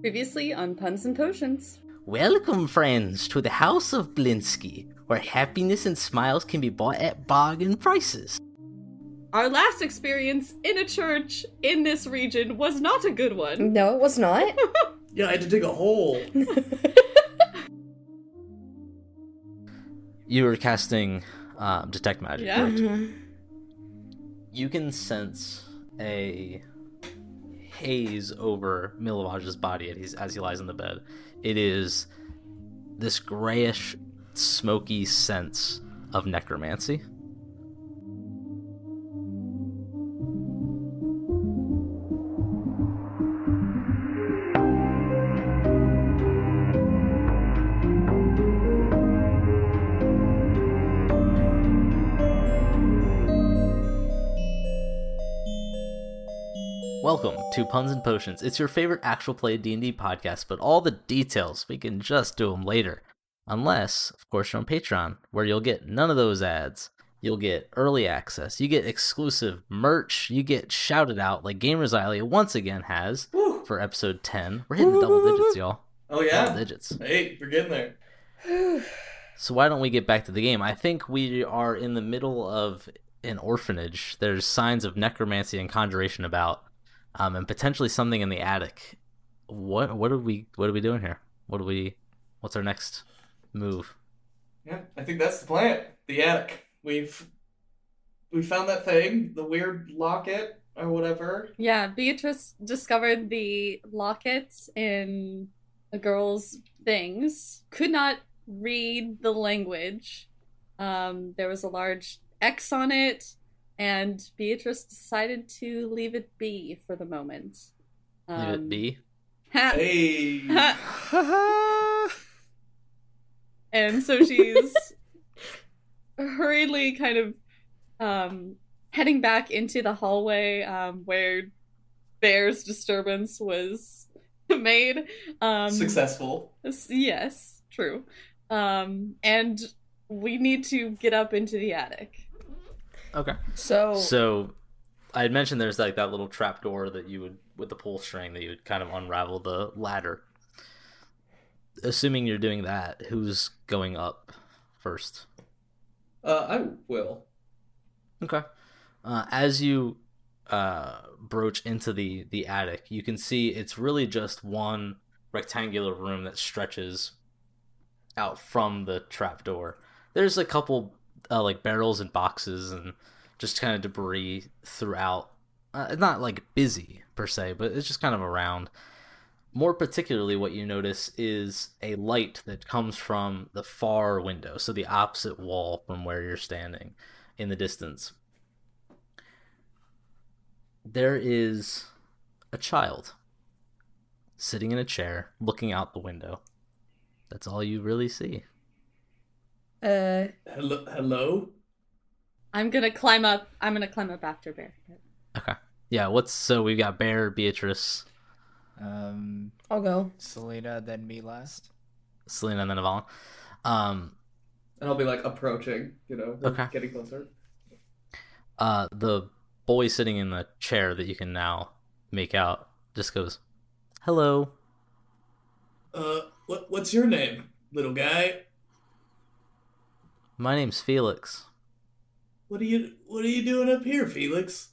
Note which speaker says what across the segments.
Speaker 1: Previously on Puns and Potions.
Speaker 2: Welcome, friends, to the House of Blinsky, where happiness and smiles can be bought at bargain prices.
Speaker 1: Our last experience in a church in this region was not a good one.
Speaker 3: No, it was not.
Speaker 4: Yeah, I had to dig a hole.
Speaker 2: You are casting um, Detect Magic.
Speaker 1: Yeah.
Speaker 2: correct? You can sense a haze over Milovaj's body as he's- as he lies in the bed. It is this grayish, smoky sense of necromancy. Welcome to Puns and Potions. It's your favorite actual play D&D podcast, but all the details we can just do them later. Unless, of course, you're on Patreon, where you'll get none of those ads. You'll get early access, you get exclusive merch, you get shouted out like Gamers Isley once again has
Speaker 4: Woo.
Speaker 2: for episode 10. We're hitting double digits, y'all.
Speaker 4: Oh
Speaker 2: Double
Speaker 4: yeah.
Speaker 2: digits.
Speaker 4: Hey, we're getting there.
Speaker 2: So why don't we get back to the game? I think we are in the middle of an orphanage. There's signs of necromancy and conjuration about, um, and potentially something in the attic. What what are we what are we doing here? What do we what's our next move?
Speaker 4: Yeah, I think that's the plant. The attic. We've we found that thing, the weird locket or whatever.
Speaker 1: Yeah, Beatrice discovered the lockets in a girl's things, could not read the language. Um, there was a large X on it, and Beatrice decided to leave it be for the moment.
Speaker 2: Leave
Speaker 1: Um,
Speaker 2: it be.
Speaker 1: ha-
Speaker 4: Hey.
Speaker 1: ha- and so she's hurriedly kind of um, heading back into the hallway um, where Bear's disturbance was made. Um,
Speaker 4: Successful.
Speaker 1: Yes, true. Um, and we need to get up into the attic.
Speaker 2: Okay.
Speaker 3: so,
Speaker 2: So I had mentioned there's like that little trap door that you would with the pull string that you would kind of unravel the ladder. Assuming you're doing that, who's going up first?
Speaker 4: Uh, I will.
Speaker 2: Okay. Uh, as you uh, broach into the the attic, you can see it's really just one rectangular room that stretches out from the trapdoor. There's a couple uh, like barrels and boxes and just kind of debris throughout. Uh, not like busy per se, but it's just kind of around. More particularly, what you notice is a light that comes from the far window, so the opposite wall from where you're standing in the distance. There is a child sitting in a chair looking out the window. That's all you really see.
Speaker 3: uh,
Speaker 4: Hello. Hello.
Speaker 1: I'm gonna climb up. I'm gonna climb up after Bear.
Speaker 2: Yeah, what's so we've got Bear, Beatrice,
Speaker 5: Um,
Speaker 3: I'll go.
Speaker 5: Selena, then me last.
Speaker 2: Selena, and then Yvonne. Um,
Speaker 4: And I'll be like approaching. You know.
Speaker 2: Okay.
Speaker 4: Getting closer.
Speaker 2: uh, the boy sitting in the chair that you can now make out just goes, Hello.
Speaker 4: Uh, what what's your name, little guy?
Speaker 2: My name's Felix.
Speaker 4: What are you What are you doing up here, Felix?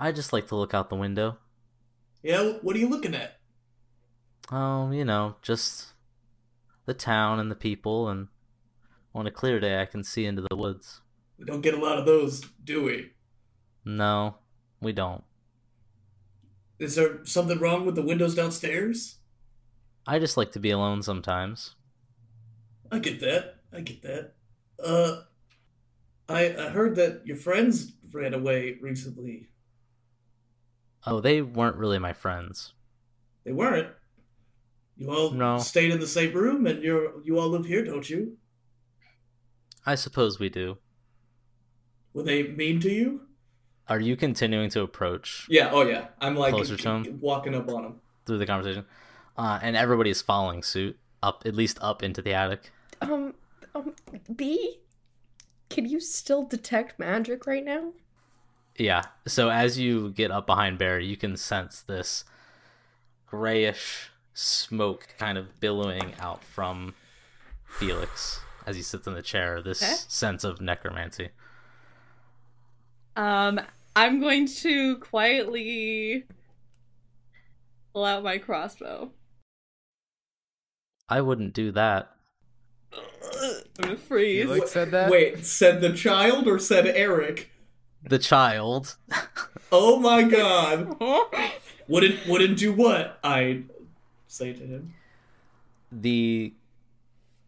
Speaker 2: I just like to look out the window.
Speaker 4: Yeah. What are you looking at?
Speaker 2: Oh, you know, just the town and the people, and on a clear day, I can see into the woods.
Speaker 4: We don't get a lot of those, do we?
Speaker 2: No, we don't.
Speaker 4: Is there something wrong with the windows downstairs?
Speaker 2: I just like to be alone sometimes.
Speaker 4: I get that. I get that. Uh, I I heard that your friends ran away recently.
Speaker 2: Oh, they weren't really my friends.
Speaker 4: They weren't. You all
Speaker 2: No.
Speaker 4: stayed in the same room, and you're you all live here, don't you?
Speaker 2: I suppose we do.
Speaker 4: Were they mean to you?
Speaker 2: Are you continuing to approach
Speaker 4: Yeah. Oh yeah. I'm like
Speaker 2: Closer to 'em.
Speaker 4: walking up on them.
Speaker 2: through the conversation? Uh, and everybody is following suit, up at least up into the attic.
Speaker 3: Um, um, B, can you still detect magic right now?
Speaker 2: Yeah. So as you get up behind Bear, you can sense this grayish smoke kind of billowing out from Felix as he sits in the chair, this
Speaker 1: Okay.
Speaker 2: sense of necromancy.
Speaker 1: Um, I'm going to quietly pull out my crossbow.
Speaker 2: I wouldn't do that.
Speaker 1: I'm gonna freeze.
Speaker 5: Felix said that.
Speaker 4: Wait, said the child or said Eric?
Speaker 2: The child.
Speaker 4: Oh my god. Wouldn't wouldn't do what? I say to him.
Speaker 2: the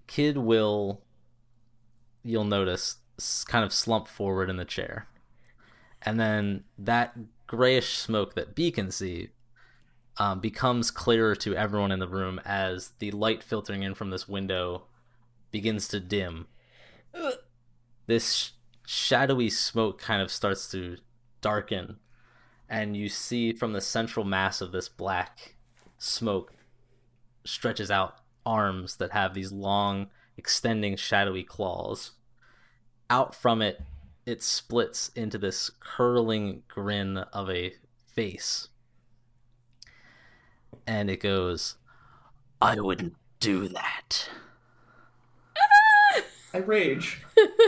Speaker 2: kid will you'll notice s- kind of slump forward in the chair and then that grayish smoke that b can see um, becomes clearer to everyone in the room as the light filtering in from this window begins to dim
Speaker 3: Ugh.
Speaker 2: this sh- shadowy smoke kind of starts to darken and you see from the central mass of this black smoke stretches out arms that have these long, extending, shadowy claws. Out from it, it splits into this curling grin of a face. And it goes, I wouldn't do that.
Speaker 4: I rage.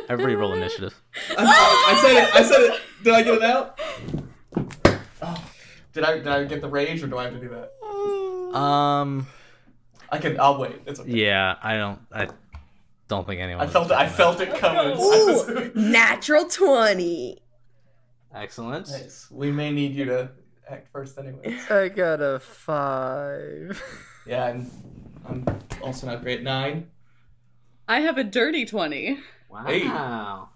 Speaker 2: Every roll initiative.
Speaker 4: I, I said it. I said it. Did I get it out? Oh, did I did I get the rage or do I have to do that?
Speaker 3: Oh.
Speaker 2: Um,
Speaker 4: I can. I'll wait. It's okay.
Speaker 2: yeah, I don't, I don't think anyone.
Speaker 4: I
Speaker 2: was
Speaker 4: felt it. I
Speaker 2: expecting
Speaker 4: felt it coming.
Speaker 3: Ooh, natural 20.
Speaker 2: that. Excellent.
Speaker 4: nice. We may need you to act first, anyway.
Speaker 5: I got a five.
Speaker 4: Yeah, I'm. I'm also not great. Nine.
Speaker 1: I have a dirty 20.
Speaker 2: Wow.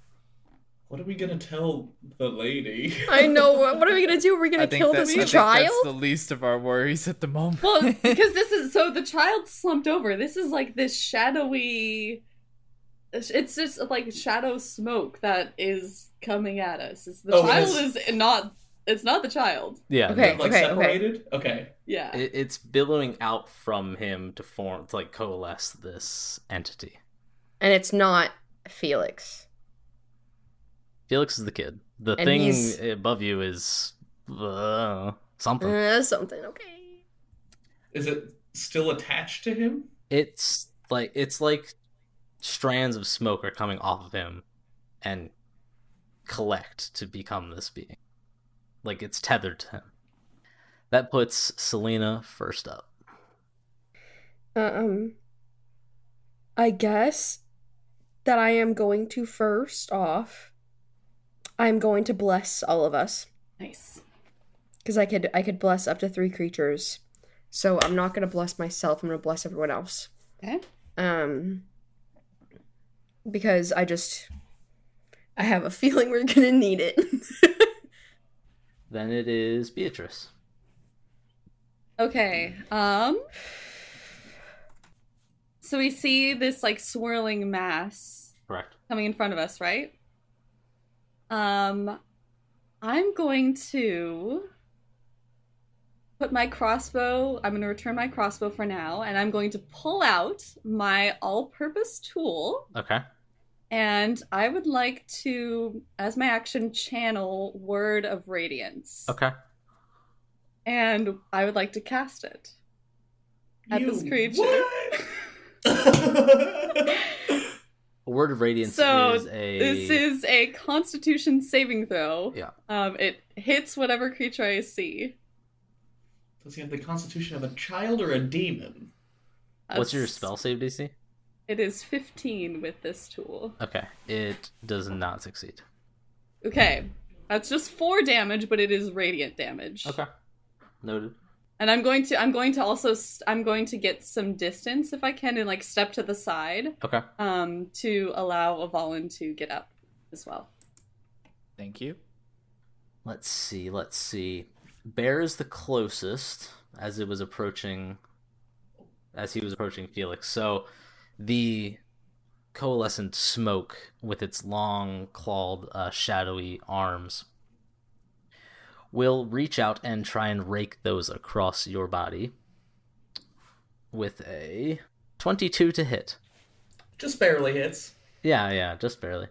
Speaker 4: What are we gonna tell the lady?
Speaker 3: I know. What what are we gonna do? Are we
Speaker 5: I
Speaker 3: gonna
Speaker 5: think
Speaker 3: kill
Speaker 5: that's,
Speaker 3: this
Speaker 5: I think
Speaker 3: child?
Speaker 5: that's the least of our worries at the moment.
Speaker 1: Well, because this is so the child slumped over. This is like this shadowy. It's just like shadow smoke that is coming at us. It's the
Speaker 4: Oh, it
Speaker 1: child
Speaker 4: is-
Speaker 1: is not. It's not the child.
Speaker 2: Yeah.
Speaker 3: Okay.
Speaker 4: like separated? Okay.
Speaker 1: Yeah.
Speaker 2: It, it's billowing out from him to form, to like coalesce this entity.
Speaker 3: And it's not Felix.
Speaker 2: Felix is the kid. The
Speaker 3: And
Speaker 2: thing
Speaker 3: he's-
Speaker 2: above you is uh, something.
Speaker 3: Uh, something. Okay.
Speaker 4: Is it still attached to him?
Speaker 2: It's like it's like strands of smoke are coming off of him and collect to become this being. Like it's tethered to him. That puts Selena first up.
Speaker 3: Um, I guess that I am going to first off. I'm going to bless all of us
Speaker 1: nice.
Speaker 3: because I could I could bless up to three creatures. So I'm not gonna bless myself. I'm gonna bless everyone else.
Speaker 1: Okay.
Speaker 3: Um, because I just I have a feeling we're gonna need it.
Speaker 2: Then it is Beatrice.
Speaker 1: Okay. Um So we see this like swirling mass
Speaker 2: Correct.
Speaker 1: coming in front of us, right? Um I'm going to put my crossbow, I'm going to return my crossbow for now and I'm going to pull out my all-purpose tool
Speaker 2: Okay.
Speaker 1: and I would like to as my action channel word of radiance.
Speaker 2: Okay.
Speaker 1: And I would like to cast it. At this creature.
Speaker 4: What?
Speaker 2: Word of Radiance
Speaker 1: So,
Speaker 2: is a
Speaker 1: This is a Constitution saving throw.
Speaker 2: Yeah.
Speaker 1: Um, it hits whatever creature I see.
Speaker 4: Does he have the constitution of a child or a demon?
Speaker 2: what's your
Speaker 1: That's-
Speaker 2: spell save DC?
Speaker 1: It is 15 with this tool.
Speaker 2: Okay, it does not succeed.
Speaker 1: Okay. That's just four damage, but it is radiant damage.
Speaker 2: noted.
Speaker 1: And I'm going to I'm going to also st- I'm going to get some distance if I can and like step to the side
Speaker 2: Okay,
Speaker 1: um to allow a Avalon to get up as well.
Speaker 5: Thank you.
Speaker 2: let's see. Let's see. Bear is the closest as it was approaching, as he was approaching Felix. So, the coalescent smoke with its long clawed, uh, shadowy arms will reach out and try and rake those across your body with a twenty-two to hit.
Speaker 4: Just barely hits.
Speaker 2: Yeah, yeah, just barely.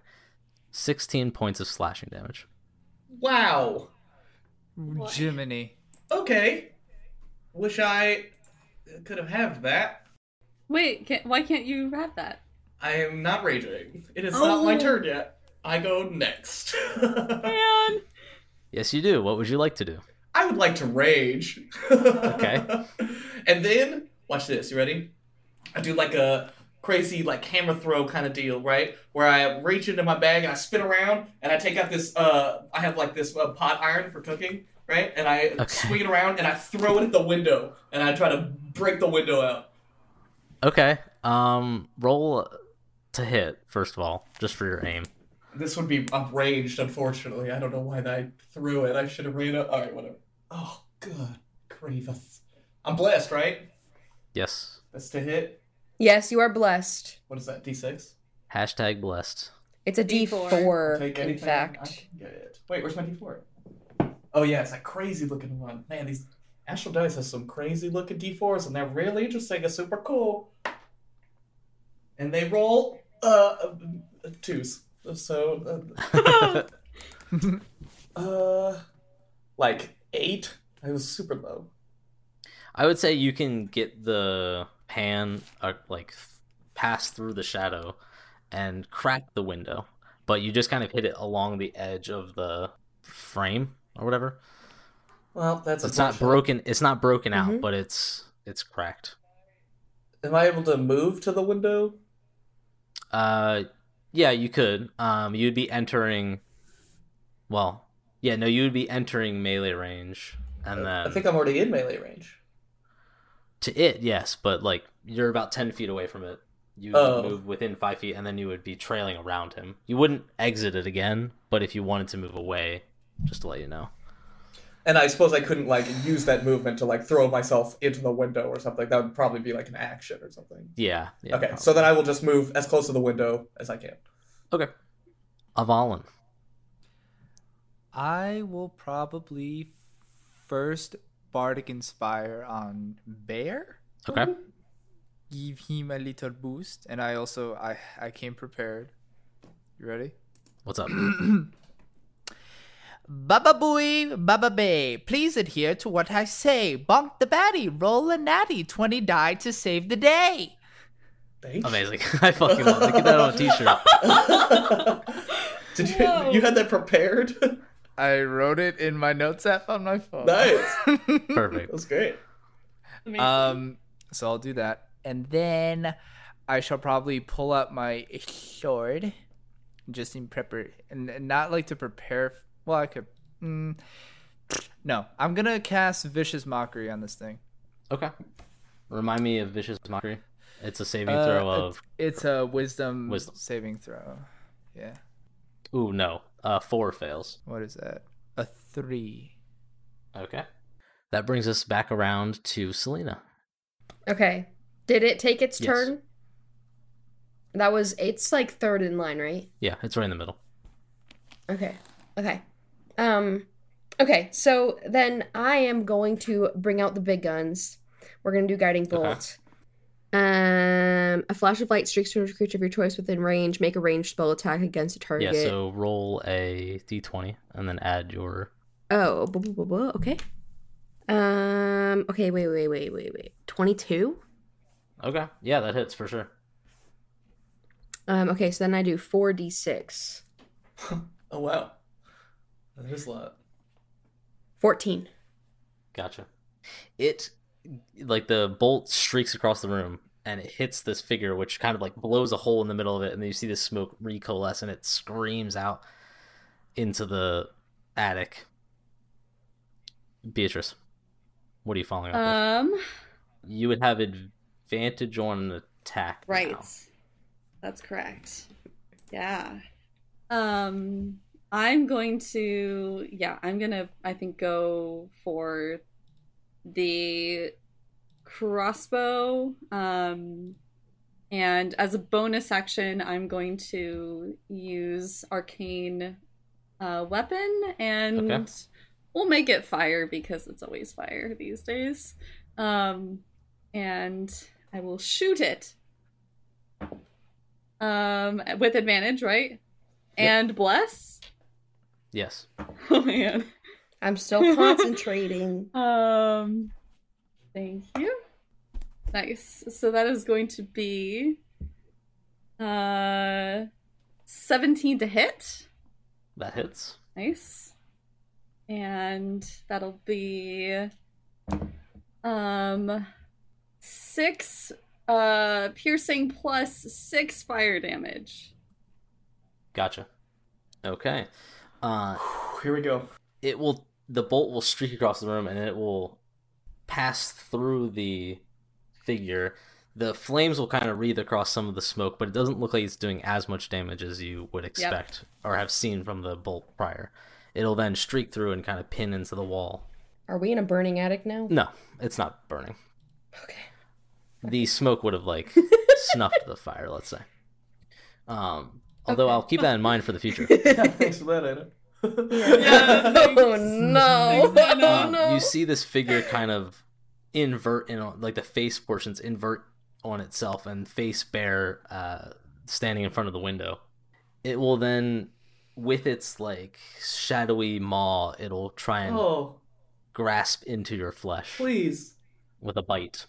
Speaker 2: 16 points of slashing damage.
Speaker 4: Wow.
Speaker 5: Jiminy.
Speaker 4: Okay. Wish I could have halved that.
Speaker 1: Wait, can, why can't you have that?
Speaker 4: I am not raging. It is not my
Speaker 1: Oh.
Speaker 4: turn yet. I go next.
Speaker 1: Man,
Speaker 2: Yes, you do. What would you like to do?
Speaker 4: I would like to rage. okay. And then watch this. You ready? I do like a crazy like hammer throw kind of deal, right? Where I reach into my bag and I spin around and I take out this. Uh, I have like this uh, pot iron for cooking, right? And I
Speaker 2: Okay.
Speaker 4: swing it around and I throw it at the window and I try to break the window out.
Speaker 2: Okay. Um, roll to hit first of all, just for your aim.
Speaker 4: This would be outraged, unfortunately. I don't know why I threw it. I should have ran up. All right, whatever. Oh, good grievous. I'm blessed, right?
Speaker 2: Yes.
Speaker 4: That's to hit.
Speaker 3: Yes, you are blessed.
Speaker 4: What is that? D6.
Speaker 2: Hashtag blessed.
Speaker 3: It's a
Speaker 1: D4.
Speaker 3: D4,
Speaker 4: Take
Speaker 3: in
Speaker 4: anything, I
Speaker 3: fact.
Speaker 4: can get it. Wait, where's my D4? Oh yeah, it's that crazy looking one. Man, these Astral Dice has some crazy looking D4s, and they're really interesting and super cool. And they roll uh uh, twos, so uh, uh like eight. It was super low.
Speaker 2: I would say you can get the pan uh, like f- pass through the shadow and crack the window, but you just kind of hit it along the edge of the frame or whatever.
Speaker 4: Well, that's
Speaker 2: So it's not
Speaker 4: unfortunate.
Speaker 2: broken. It's not broken out,
Speaker 3: Mhm.
Speaker 2: but it's it's cracked.
Speaker 4: Am I able to move to the window?
Speaker 2: Uh, yeah, you could. Um, you'd be entering. Well, yeah, no, you would be entering melee range, and
Speaker 4: I-
Speaker 2: then
Speaker 4: I think I'm already in melee range.
Speaker 2: to it, yes, but like you're about ten feet away from it. You would
Speaker 4: Oh.
Speaker 2: move within five feet, and then you would be trailing around him. You wouldn't exit it again, but if you wanted to move away, just to let you know.
Speaker 4: And I suppose I couldn't like use that movement to like throw myself into the window or something. That would probably be like an action or something.
Speaker 2: Yeah. yeah
Speaker 4: okay, so then I will just move as close to the window as I can.
Speaker 2: probably. okay. Avalon.
Speaker 5: I will probably first bardic inspire on Bear.
Speaker 2: Okay.
Speaker 5: Give him a little boost, and I also I I came prepared. You ready?
Speaker 2: What's up?
Speaker 5: Baba Booey, Baba Bay, please adhere to what I say. Bonk the batty, roll a natty, 20 die to save the day.
Speaker 4: Thanks.
Speaker 2: Amazing. I fucking love it. Get that on a t-shirt.
Speaker 4: Did you
Speaker 1: Whoa.
Speaker 4: you had that prepared?
Speaker 5: I wrote it in my notes app on my phone.
Speaker 4: nice.
Speaker 2: Perfect.
Speaker 4: That was great.
Speaker 1: amazing.
Speaker 5: um, so I'll do that. And then I shall probably pull out my sword just in prepar and and not like to prepare. f- Well, I could. Mm, no, I'm gonna cast Vicious Mockery on this thing.
Speaker 2: Okay. Remind me of vicious mockery. It's a saving
Speaker 5: Uh,
Speaker 2: throw
Speaker 5: it's-
Speaker 2: of
Speaker 5: It's a wisdom,
Speaker 2: Wisdom.
Speaker 5: saving throw. Yeah.
Speaker 2: ooh no, uh, four fails.
Speaker 5: What is that? A three.
Speaker 2: Okay. That brings us back around to Selena.
Speaker 3: Okay. Did it take its
Speaker 2: Yes.
Speaker 3: turn? That was, it's like third in line, right?
Speaker 2: Yeah, it's right in the middle.
Speaker 3: Okay. Okay. Um okay, so then I am going to bring out the big guns. We're going to do guiding bolt. Um a flash of light streaks towards a creature of your choice within range. Make a ranged spell attack against a target.
Speaker 2: Yeah, so roll a d20 and then add your.
Speaker 3: Oh, blah, blah, blah, blah. okay. Um okay, wait, wait, wait, wait, wait. 22?
Speaker 2: Okay, yeah, that hits for sure.
Speaker 3: Um okay, so then I do 4d6.
Speaker 4: Oh wow. That is a lot.
Speaker 3: 14.
Speaker 2: Gotcha. It, like, the bolt streaks across the room and it hits this figure, which kind of like blows a hole in the middle of it, and then you see the smoke recoalesce and it screams out into the attic. Beatrice, what are you following up with?
Speaker 1: um,
Speaker 2: You would have advantage on an attack.
Speaker 1: right.
Speaker 2: now.
Speaker 1: That's correct. Yeah. Um, I'm going to, yeah, I'm gonna, I think, go for the crossbow. Um, and as a bonus action, I'm going to use arcane uh, weapon, and
Speaker 2: Okay.
Speaker 1: we'll make it fire because it's always fire these days. Um, and I will shoot it. Um, with advantage, right? And bless.
Speaker 2: Yes.
Speaker 1: Oh man.
Speaker 3: I'm still concentrating.
Speaker 1: Um. Thank you. Nice. So that is going to be uh 17 to hit.
Speaker 2: That hits.
Speaker 1: Nice. And that'll be um 6 uh piercing plus 6 fire damage.
Speaker 2: Gotcha. Okay. Uh,
Speaker 4: Here we go.
Speaker 2: it will. The bolt will streak across the room, and it will pass through the figure. The flames will kind of wreathe across some of the smoke, but it doesn't look like it's doing as much damage as you would expect or have seen from the bolt prior. It'll then streak through and kind of pin into the wall.
Speaker 3: Are we in a burning attic now?
Speaker 2: No, it's not burning.
Speaker 3: Okay.
Speaker 2: The smoke would have like snuffed the fire, let's say. Um, although
Speaker 3: Okay.
Speaker 2: I'll keep that in mind for the future.
Speaker 4: Thanks for that, Anna.
Speaker 1: Yeah.
Speaker 3: Oh no!
Speaker 1: Thanks, Anna.
Speaker 3: Oh
Speaker 2: Um,
Speaker 3: no!
Speaker 2: You see this figure kind of invert in on, like the face portions invert on itself and face bare uh, standing in front of the window. It will then, with its like shadowy maw, it'll try and
Speaker 4: Oh,
Speaker 2: grasp into your flesh
Speaker 4: please.
Speaker 2: with a bite.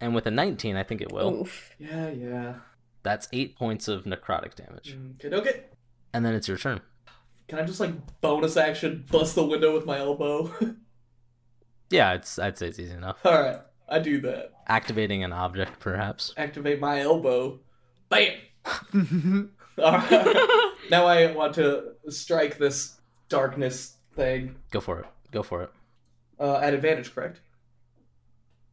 Speaker 2: And with a 19, I think it will.
Speaker 3: Oof.
Speaker 4: Yeah, yeah.
Speaker 2: That's eight points of necrotic damage.
Speaker 4: Okay, okay.
Speaker 2: And then it's your turn.
Speaker 4: Can I just like bonus action bust the window with my elbow?
Speaker 2: Yeah, it's I'd say it's easy enough.
Speaker 4: All right, I do that.
Speaker 2: Activating an object, perhaps.
Speaker 4: Activate my elbow. Bam. All right. now I want to strike this darkness thing
Speaker 2: Go for it. Go for it.
Speaker 4: uh, at advantage, correct?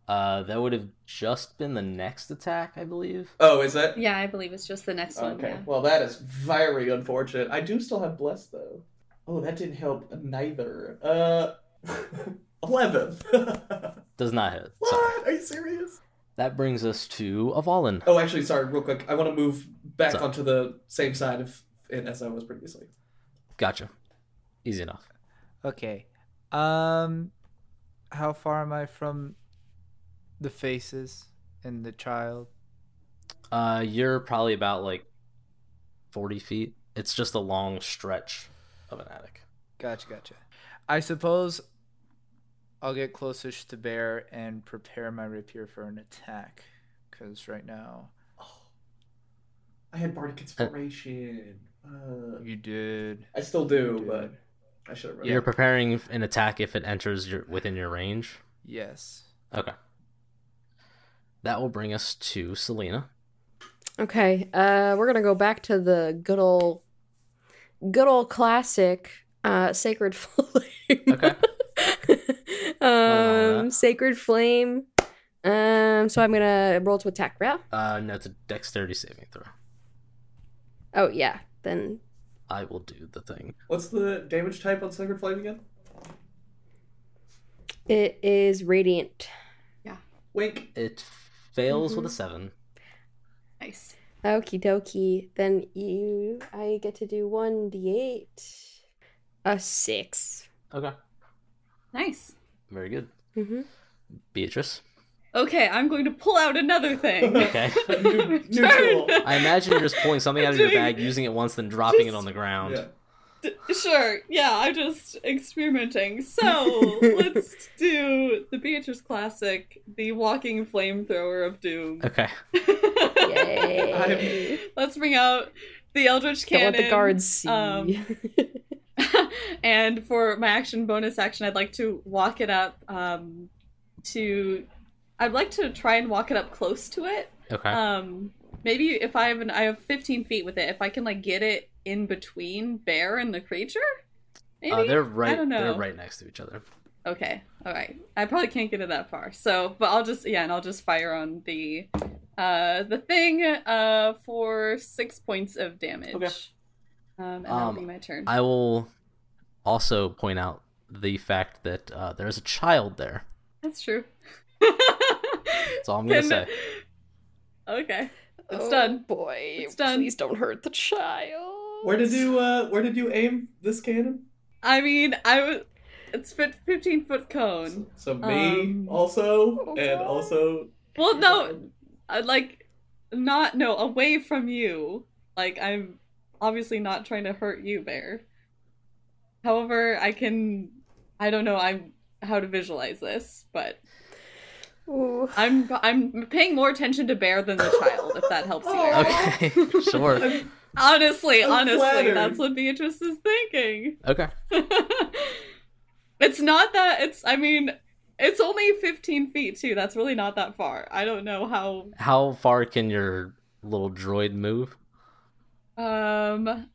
Speaker 2: Uh, that would have just been the next attack, I believe.
Speaker 4: Oh, is that?
Speaker 1: yeah, I believe it's just the next one.
Speaker 4: Okay.
Speaker 1: Yeah.
Speaker 4: Well, that is very unfortunate. I do still have bless though. Oh, that didn't help neither. Uh, eleven.
Speaker 2: Does not hit. Sorry.
Speaker 4: what? Are you serious?
Speaker 2: That brings us to Avalon.
Speaker 4: Oh, actually, sorry. Real quick, I want to move back
Speaker 2: Sorry.
Speaker 4: onto the same side of it as I was previously.
Speaker 2: Gotcha. Easy enough.
Speaker 5: Okay. Um, how far am I from the faces and the child?
Speaker 2: Uh, you're probably about like 40 feet. It's just a long stretch of an attic.
Speaker 5: Gotcha, gotcha. I suppose I'll get closest to bear and prepare my rapier for an attack. Because right now
Speaker 4: Oh, I had bardic inspiration. Uh,
Speaker 5: you did.
Speaker 4: I still do, but I should have. read
Speaker 2: You're
Speaker 4: it.
Speaker 2: preparing an attack if it enters your within your range.
Speaker 5: Yes.
Speaker 2: Okay. That will bring us to Selena.
Speaker 3: Okay, uh, we're gonna go back to the good old, good old classic, uh, sacred flame.
Speaker 2: Okay.
Speaker 3: um,
Speaker 2: that.
Speaker 3: sacred flame. Um, so I'm gonna roll to attack. Yeah.
Speaker 2: Uh, no, it's a dexterity saving throw.
Speaker 3: Oh yeah. Then
Speaker 2: I will do the thing.
Speaker 4: What's the damage type on Sacred Flame again?
Speaker 3: it is radiant.
Speaker 4: Wink.
Speaker 2: It fails with a
Speaker 1: Mhm.
Speaker 2: seven.
Speaker 1: Nice.
Speaker 3: Okie dokie. Then you, I get to do one d8. A six.
Speaker 2: Okay.
Speaker 1: Nice.
Speaker 2: Very good.
Speaker 3: Mm-hmm.
Speaker 2: Beatrice.
Speaker 1: Okay, I'm going to pull out another thing.
Speaker 2: Okay.
Speaker 4: New, new tool.
Speaker 1: Turn.
Speaker 2: I imagine you're just pulling something out of your
Speaker 1: Doing-
Speaker 2: bag, using it once, then dropping it
Speaker 1: just-
Speaker 2: on the ground.
Speaker 4: Yeah.
Speaker 1: D- sure. Yeah, I'm just experimenting. So let's do the Beatrice classic, the walking flamethrower of doom.
Speaker 2: Okay.
Speaker 3: Yay.
Speaker 1: let's bring out the Eldritch
Speaker 3: Don't
Speaker 1: cannon.
Speaker 3: let the guards see.
Speaker 1: um, and for my action bonus action, I'd like to walk it up um, to. I'd like to try and walk it up close to it.
Speaker 2: Okay. Uh,
Speaker 1: Um, maybe if I have an, I have 15 feet with it. If I can like get it in between Bear and the creature, maybe.
Speaker 2: Uh, they're right.
Speaker 1: don't
Speaker 2: They're
Speaker 1: know.
Speaker 2: right next to each other.
Speaker 1: Okay, all right. I probably can't get it that far. So, but I'll just yeah, and I'll just fire on the uh the thing uh for six points of damage.
Speaker 2: Okay.
Speaker 1: Um, and that'll
Speaker 2: Um,
Speaker 1: be my turn.
Speaker 2: I will also point out the fact that uh, there's a child there.
Speaker 1: That's true.
Speaker 2: That's all I'm gonna
Speaker 1: Can-
Speaker 2: say.
Speaker 1: Okay. It's
Speaker 3: Oh,
Speaker 1: done.
Speaker 3: Boy,
Speaker 1: It's done.
Speaker 3: please don't hurt the child.
Speaker 4: Where did you uh, where did you aim this cannon?
Speaker 1: I mean, I was. It's fit 15 foot cone.
Speaker 4: So me
Speaker 1: Um,
Speaker 4: also,
Speaker 3: Oh,
Speaker 4: and
Speaker 3: God.
Speaker 4: also.
Speaker 1: Well, no, I like not no away from you. Like I'm obviously not trying to hurt you, bear. However, I can. I don't know. I'm how to visualize this, but
Speaker 3: Ooh.
Speaker 1: I'm I'm paying more attention to Bear than the child, if that helps you.
Speaker 4: Oh.
Speaker 2: Okay, sure.
Speaker 4: I'm-
Speaker 1: Honestly,
Speaker 4: I'm
Speaker 1: honestly,
Speaker 4: flattered.
Speaker 1: that's what Beatrice is thinking.
Speaker 2: Okay.
Speaker 1: it's not that it's. I mean, it's only 15 feet too. That's really not that far. I don't know how.
Speaker 2: How far can your little droid move?
Speaker 1: Um,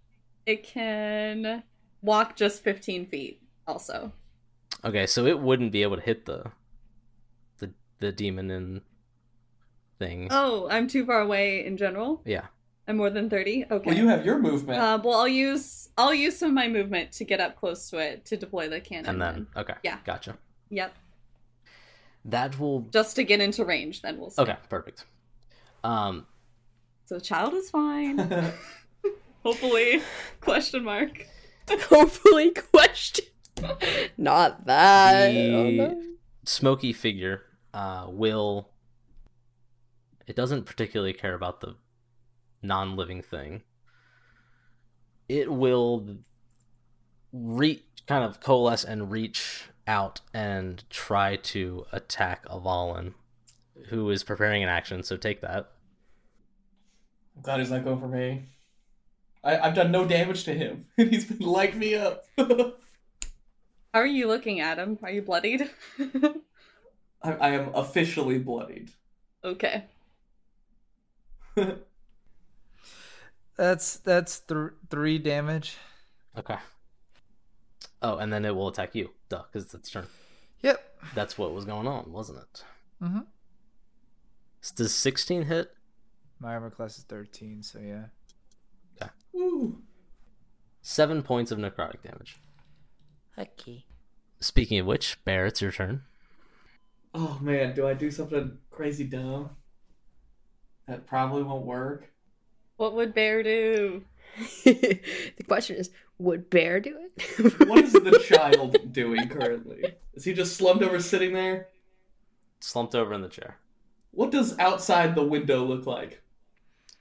Speaker 1: it can walk just 15 feet. Also,
Speaker 2: Okay, so it wouldn't be able to hit the the the demon in thing.
Speaker 1: oh, I'm too far away in general.
Speaker 2: Yeah.
Speaker 1: I'm more than 30. Okay.
Speaker 4: well, you have your movement.
Speaker 1: Uh, well, I'll use I'll use some of my movement to get up close to it to deploy the cannon.
Speaker 2: And then okay.
Speaker 1: Yeah.
Speaker 2: Gotcha.
Speaker 1: Yep.
Speaker 2: That will
Speaker 1: Just to get into range, then we'll see.
Speaker 2: Okay, perfect. Um
Speaker 1: So the child is fine. Hopefully. Question mark.
Speaker 3: Hopefully, question. Not that. Oh,
Speaker 2: The-
Speaker 3: no.
Speaker 2: smoky figure uh, will it doesn't particularly care about the non-living thing it will re kind of coalesce and reach out and try to attack avalon who is preparing an action so take that
Speaker 4: I'm glad he's not going for me. I, I've done no damage to him. he's been like me up. I,
Speaker 1: How are you looking at him? Are you bloodied?
Speaker 4: I am officially bloodied.
Speaker 1: okay.
Speaker 5: That's that's th- three damage.
Speaker 2: okay oh and then it will attack you duh because it's its turn
Speaker 5: Yep.
Speaker 2: that's what was going on wasn't it
Speaker 5: Mhm.
Speaker 2: does 16 hit
Speaker 5: My armor class is thirteen, so yeah.
Speaker 4: Ooh.
Speaker 2: seven points of necrotic damage
Speaker 5: Okay.
Speaker 2: Speaking of which, Bear, it's your turn.
Speaker 4: Oh man, do I do something crazy dumb? That probably won't work.
Speaker 1: What would Bear do?
Speaker 3: the question is, would Bear do it?
Speaker 4: What is the child doing currently? Is he just slumped over sitting there?
Speaker 2: Slumped over in the chair.
Speaker 4: What does outside the window look like?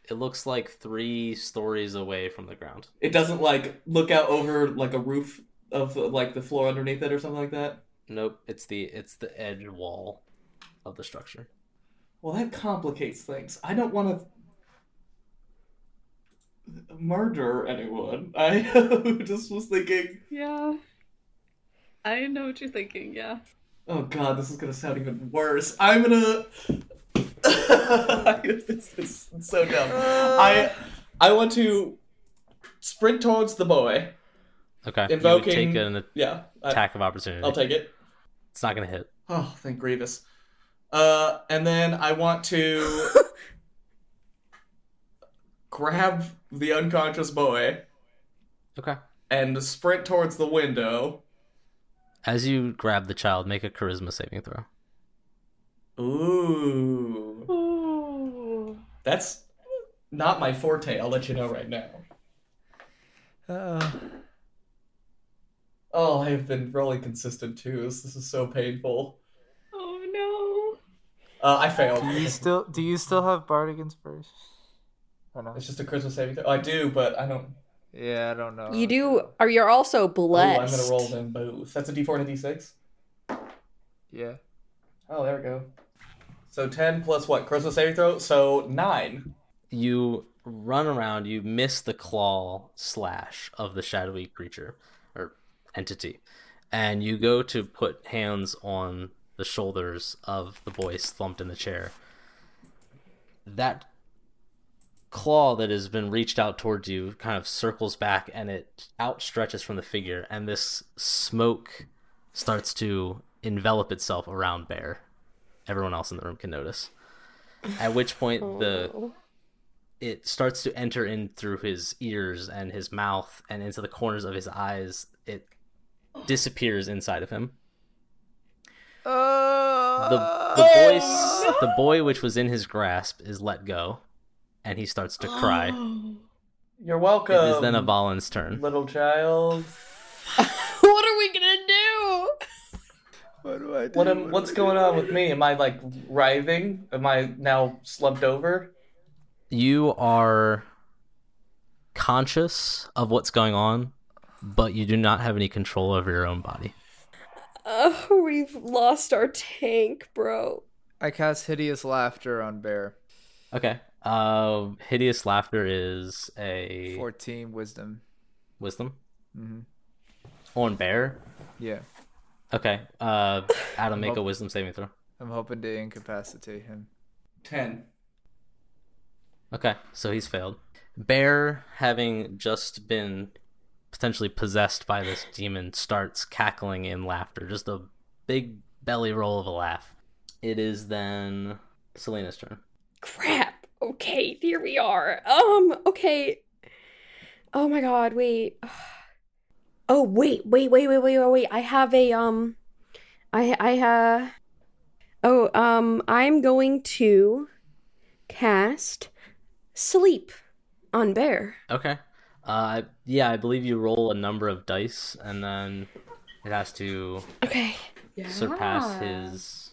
Speaker 2: It looks like three stories away from the ground.
Speaker 4: It doesn't like look out over like a roof of like the floor underneath it or something like that.
Speaker 2: Nope, it's the it's the edge wall of the structure.
Speaker 4: Well, that complicates things. I don't want to murder anyone. I just was thinking,
Speaker 1: Yeah. I know what you're thinking, yeah.
Speaker 4: oh god, this is gonna sound even worse. I'm gonna. this is so dumb. I I want to sprint towards the boy.
Speaker 2: Okay.
Speaker 4: Invoking-
Speaker 2: You would take an
Speaker 4: Yeah, I,
Speaker 2: attack of opportunity.
Speaker 4: I'll take it.
Speaker 2: It's not gonna hit.
Speaker 4: Oh, thank Grievous. Uh, and then I want to grab the unconscious boy
Speaker 2: Okay.
Speaker 4: and sprint towards the window.
Speaker 2: As you grab the child, make a charisma saving throw.
Speaker 4: Ooh,
Speaker 1: Ooh.
Speaker 4: that's not my forte. I'll let you know right now.
Speaker 5: Uh,
Speaker 4: Oh, I have been really consistent too. This, this is so painful.
Speaker 1: Oh
Speaker 4: Uh, I failed.
Speaker 5: do you still do you still have bardic inspiration? Or no?
Speaker 4: It's just a Christmas saving throw. I do, but I don't.
Speaker 5: Yeah, I don't know.
Speaker 3: you do, or you're also
Speaker 4: Ooh, I'm
Speaker 3: blessed.
Speaker 4: gonna roll them both. That's a D4 and a D6.
Speaker 5: Yeah.
Speaker 4: Oh, there we go. So ten plus what? Christmas saving throw. So nine.
Speaker 2: You run around, you miss the claw slash of the shadowy creature or entity. And you go to put hands on the shoulders of the boy slumped in the chair. that claw that has been reached out towards you kind of circles back and it outstretches from the figure and this smoke starts to envelop itself around bear everyone else in the room can notice at which point the
Speaker 3: Oh.
Speaker 2: it starts to enter in through his ears and his mouth and into the corners of his eyes it disappears inside of him
Speaker 3: Uh,
Speaker 2: the, the voice the boy which was in his grasp is let go and he starts to cry
Speaker 1: no.
Speaker 4: You're welcome.
Speaker 2: It is then Avalon's turn.
Speaker 4: little child.
Speaker 3: what are we gonna do?
Speaker 5: What do I do?
Speaker 4: What am, what's going on with me? Am I like writhing? Am I now slumped over?
Speaker 2: You are conscious of what's going on, but you do not have any control over your own body.
Speaker 3: Oh, we've lost our tank, bro.
Speaker 5: I cast hideous laughter on bear.
Speaker 2: Okay. Um, hideous laughter is a
Speaker 5: Fourteen wisdom.
Speaker 2: wisdom
Speaker 5: Mm-hmm.
Speaker 2: on bear.
Speaker 5: Yeah,
Speaker 2: Okay. Uh, Adam, make a wisdom saving throw.
Speaker 5: I'm hoping to incapacitate him.
Speaker 4: Ten.
Speaker 2: Okay, so he's failed. Bear, having just been potentially possessed by this demon, starts cackling in laughter. Just a big belly roll of a laugh. It is then Selena's turn.
Speaker 6: Crap. Okay, here we are. Um, okay. Oh my god, wait. Oh, wait, wait, wait, wait, wait, wait, wait. I have a um I I uh Oh, um I'm going to cast sleep on bear.
Speaker 2: Okay. Uh, yeah, I believe you roll a number of dice, and then it has to
Speaker 6: Okay.
Speaker 1: Yeah.
Speaker 2: surpass his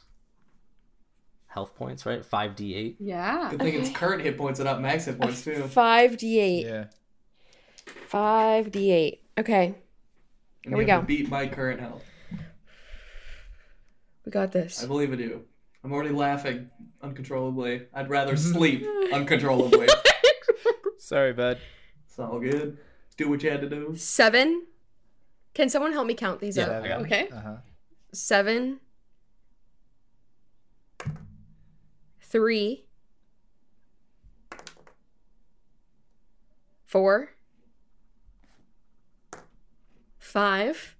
Speaker 2: health points, right? Five d eight.
Speaker 1: Yeah.
Speaker 4: Good thing it's current hit points and not max hit points too.
Speaker 6: 5d8.
Speaker 5: Yeah.
Speaker 6: 5d8. Okay.
Speaker 4: And
Speaker 6: we
Speaker 4: you have
Speaker 6: go.
Speaker 4: to Beat my current health.
Speaker 3: We got this.
Speaker 4: I believe I do. I'm already laughing uncontrollably. I'd rather sleep uncontrollably.
Speaker 5: Sorry, bud.
Speaker 4: it's all good. Do what you had to do.
Speaker 3: Seven. Can someone help me count these up?
Speaker 2: I got it.
Speaker 1: Okay.
Speaker 5: Uh huh.
Speaker 3: Seven. Three. Four. Five.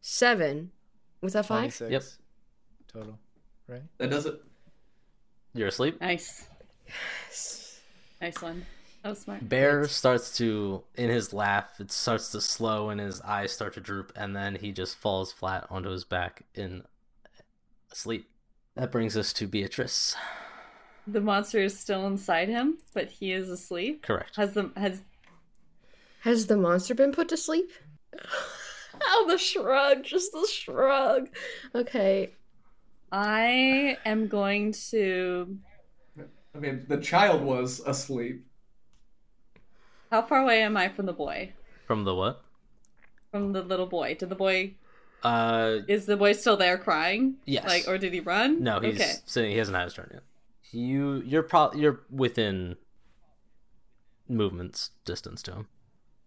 Speaker 3: Seven. Was that five?
Speaker 5: Twenty-six
Speaker 2: Yep.
Speaker 5: total. Right.
Speaker 4: That does it.
Speaker 2: You're asleep.
Speaker 1: Nice. Nice one. That was smart.
Speaker 2: Bear starts to, in his laugh, it starts to slow and his eyes start to droop, and then he just falls flat onto his back in sleep. That brings us to Beatrice.
Speaker 1: The monster is still inside him, but he is asleep.
Speaker 2: Correct.
Speaker 1: Has the has
Speaker 3: Has the monster been put to sleep?
Speaker 6: Oh, the shrug, just the shrug.
Speaker 3: Okay.
Speaker 1: I am going to
Speaker 4: I mean, the child was asleep.
Speaker 1: How far away am I from the boy?
Speaker 2: From the what?
Speaker 1: From the little boy? Did the boy
Speaker 2: Uh,
Speaker 1: is the boy still there crying?
Speaker 2: Yes.
Speaker 1: Like or did he run?
Speaker 2: no, he's
Speaker 1: Okay.
Speaker 2: sitting. He hasn't had his turn yet. You, you're pro, you're within movements distance to him.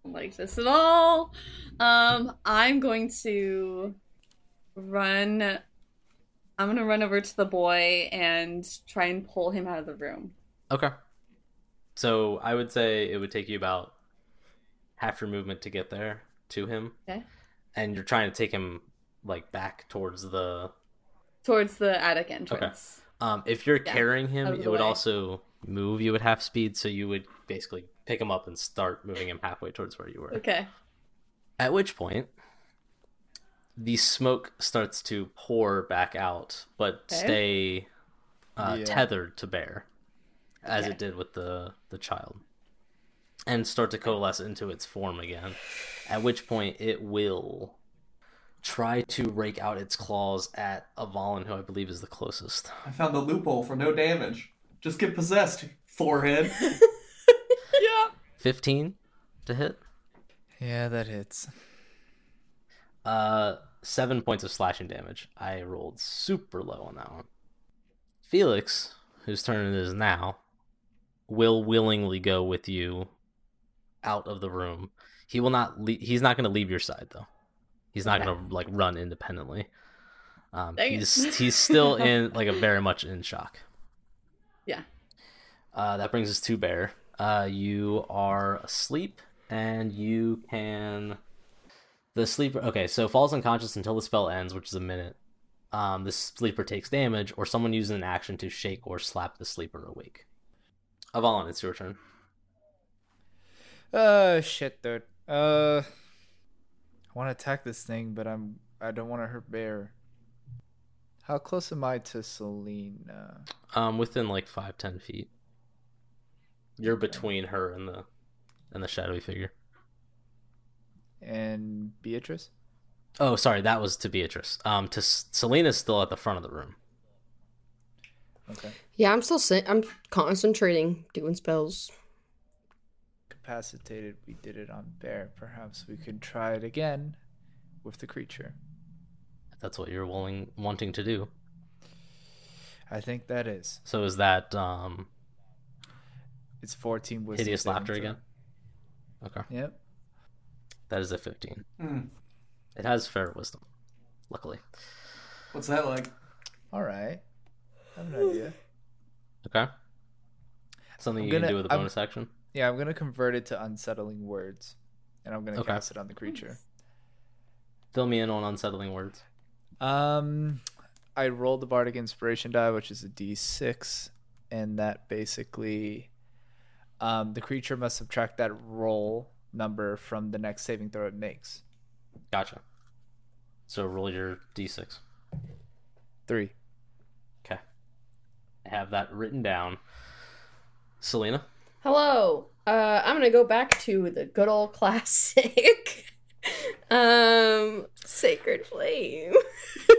Speaker 1: like this at all. Um, I'm going to run. I'm gonna run over to the boy and try and pull him out of the room.
Speaker 2: Okay. So I would say it would take you about half your movement to get there to him.
Speaker 1: Okay.
Speaker 2: And you're trying to take him like back towards the
Speaker 1: Towards the attic entrance.
Speaker 2: um if you're
Speaker 1: Yeah,
Speaker 2: carrying
Speaker 1: out
Speaker 2: him,
Speaker 1: of
Speaker 2: it
Speaker 1: the
Speaker 2: would
Speaker 1: way.
Speaker 2: also move you at half speed, so you would basically pick him up and start moving him halfway towards where you were.
Speaker 1: Okay.
Speaker 2: At which point the smoke starts to pour back out, but
Speaker 1: Okay.
Speaker 2: stay uh,
Speaker 5: Yeah.
Speaker 2: tethered to bear, as
Speaker 1: Okay.
Speaker 2: it did with the the child, and start to coalesce into its form again. At which point, it will try to rake out its claws at Avalon, who I believe is the closest.
Speaker 4: I found the loophole for no damage. Just get possessed, forehead.
Speaker 2: Fifteen to hit.
Speaker 5: Yeah, that hits.
Speaker 2: Uh, seven points of slashing damage. I rolled super low on that one. Felix, whose turn it is now, will willingly go with you out of the room. He will not. Le- he's not going to leave your side though. He's not going to like run independently. Um,
Speaker 1: Dang it.
Speaker 2: he's he's still in like a very much in shock.
Speaker 1: Yeah.
Speaker 2: Uh, that brings us to Bear. Uh, you are asleep and you can. The sleeper. Okay, so falls unconscious until the spell ends, which is a minute. Um, the sleeper takes damage, or someone uses an action to shake or slap the sleeper awake. Avalon, it's your turn.
Speaker 5: Oh shit, dude. Uh, I want to attack this thing, but I'm I don't want to hurt bear. How close am I to Selena?
Speaker 2: Um, within like five, ten feet. You're between her and the and the shadowy figure.
Speaker 5: and Beatrice?
Speaker 2: Oh, sorry, that was to Beatrice. Um, to S- Selena's still at the front of the room.
Speaker 5: Okay.
Speaker 3: Yeah, I'm still si- I'm concentrating, doing spells.
Speaker 5: Capacitated, we did it on bear. Perhaps we could try it again with the creature.
Speaker 2: If that's what you're willing wanting to do.
Speaker 5: I think that is.
Speaker 2: So is that um
Speaker 5: It's 14 wisdom.
Speaker 2: hideous
Speaker 5: saving
Speaker 2: laughter
Speaker 5: throw.
Speaker 2: again? Okay,
Speaker 5: Yep.
Speaker 2: that is a fifteen.
Speaker 4: Hmm.
Speaker 2: It has fair wisdom, luckily.
Speaker 4: What's that like?
Speaker 5: All right. I have an idea.
Speaker 2: Okay, something
Speaker 5: I'm
Speaker 2: you
Speaker 5: gonna-
Speaker 2: can do with a
Speaker 5: I'm-
Speaker 2: bonus action.
Speaker 5: Yeah, I'm gonna convert it to unsettling words, and I'm gonna
Speaker 2: Okay.
Speaker 5: cast it on the creature.
Speaker 2: Fill me in on unsettling words.
Speaker 5: Um, I rolled the bardic inspiration die, which is a d6, and that basically, um, the creature must subtract that roll number from the next saving throw it makes.
Speaker 2: Gotcha. So roll your d6.
Speaker 5: Three.
Speaker 2: Okay, I have that written down. Selena.
Speaker 3: Hello. Uh, I'm gonna go back to the good old classic, um, sacred flame.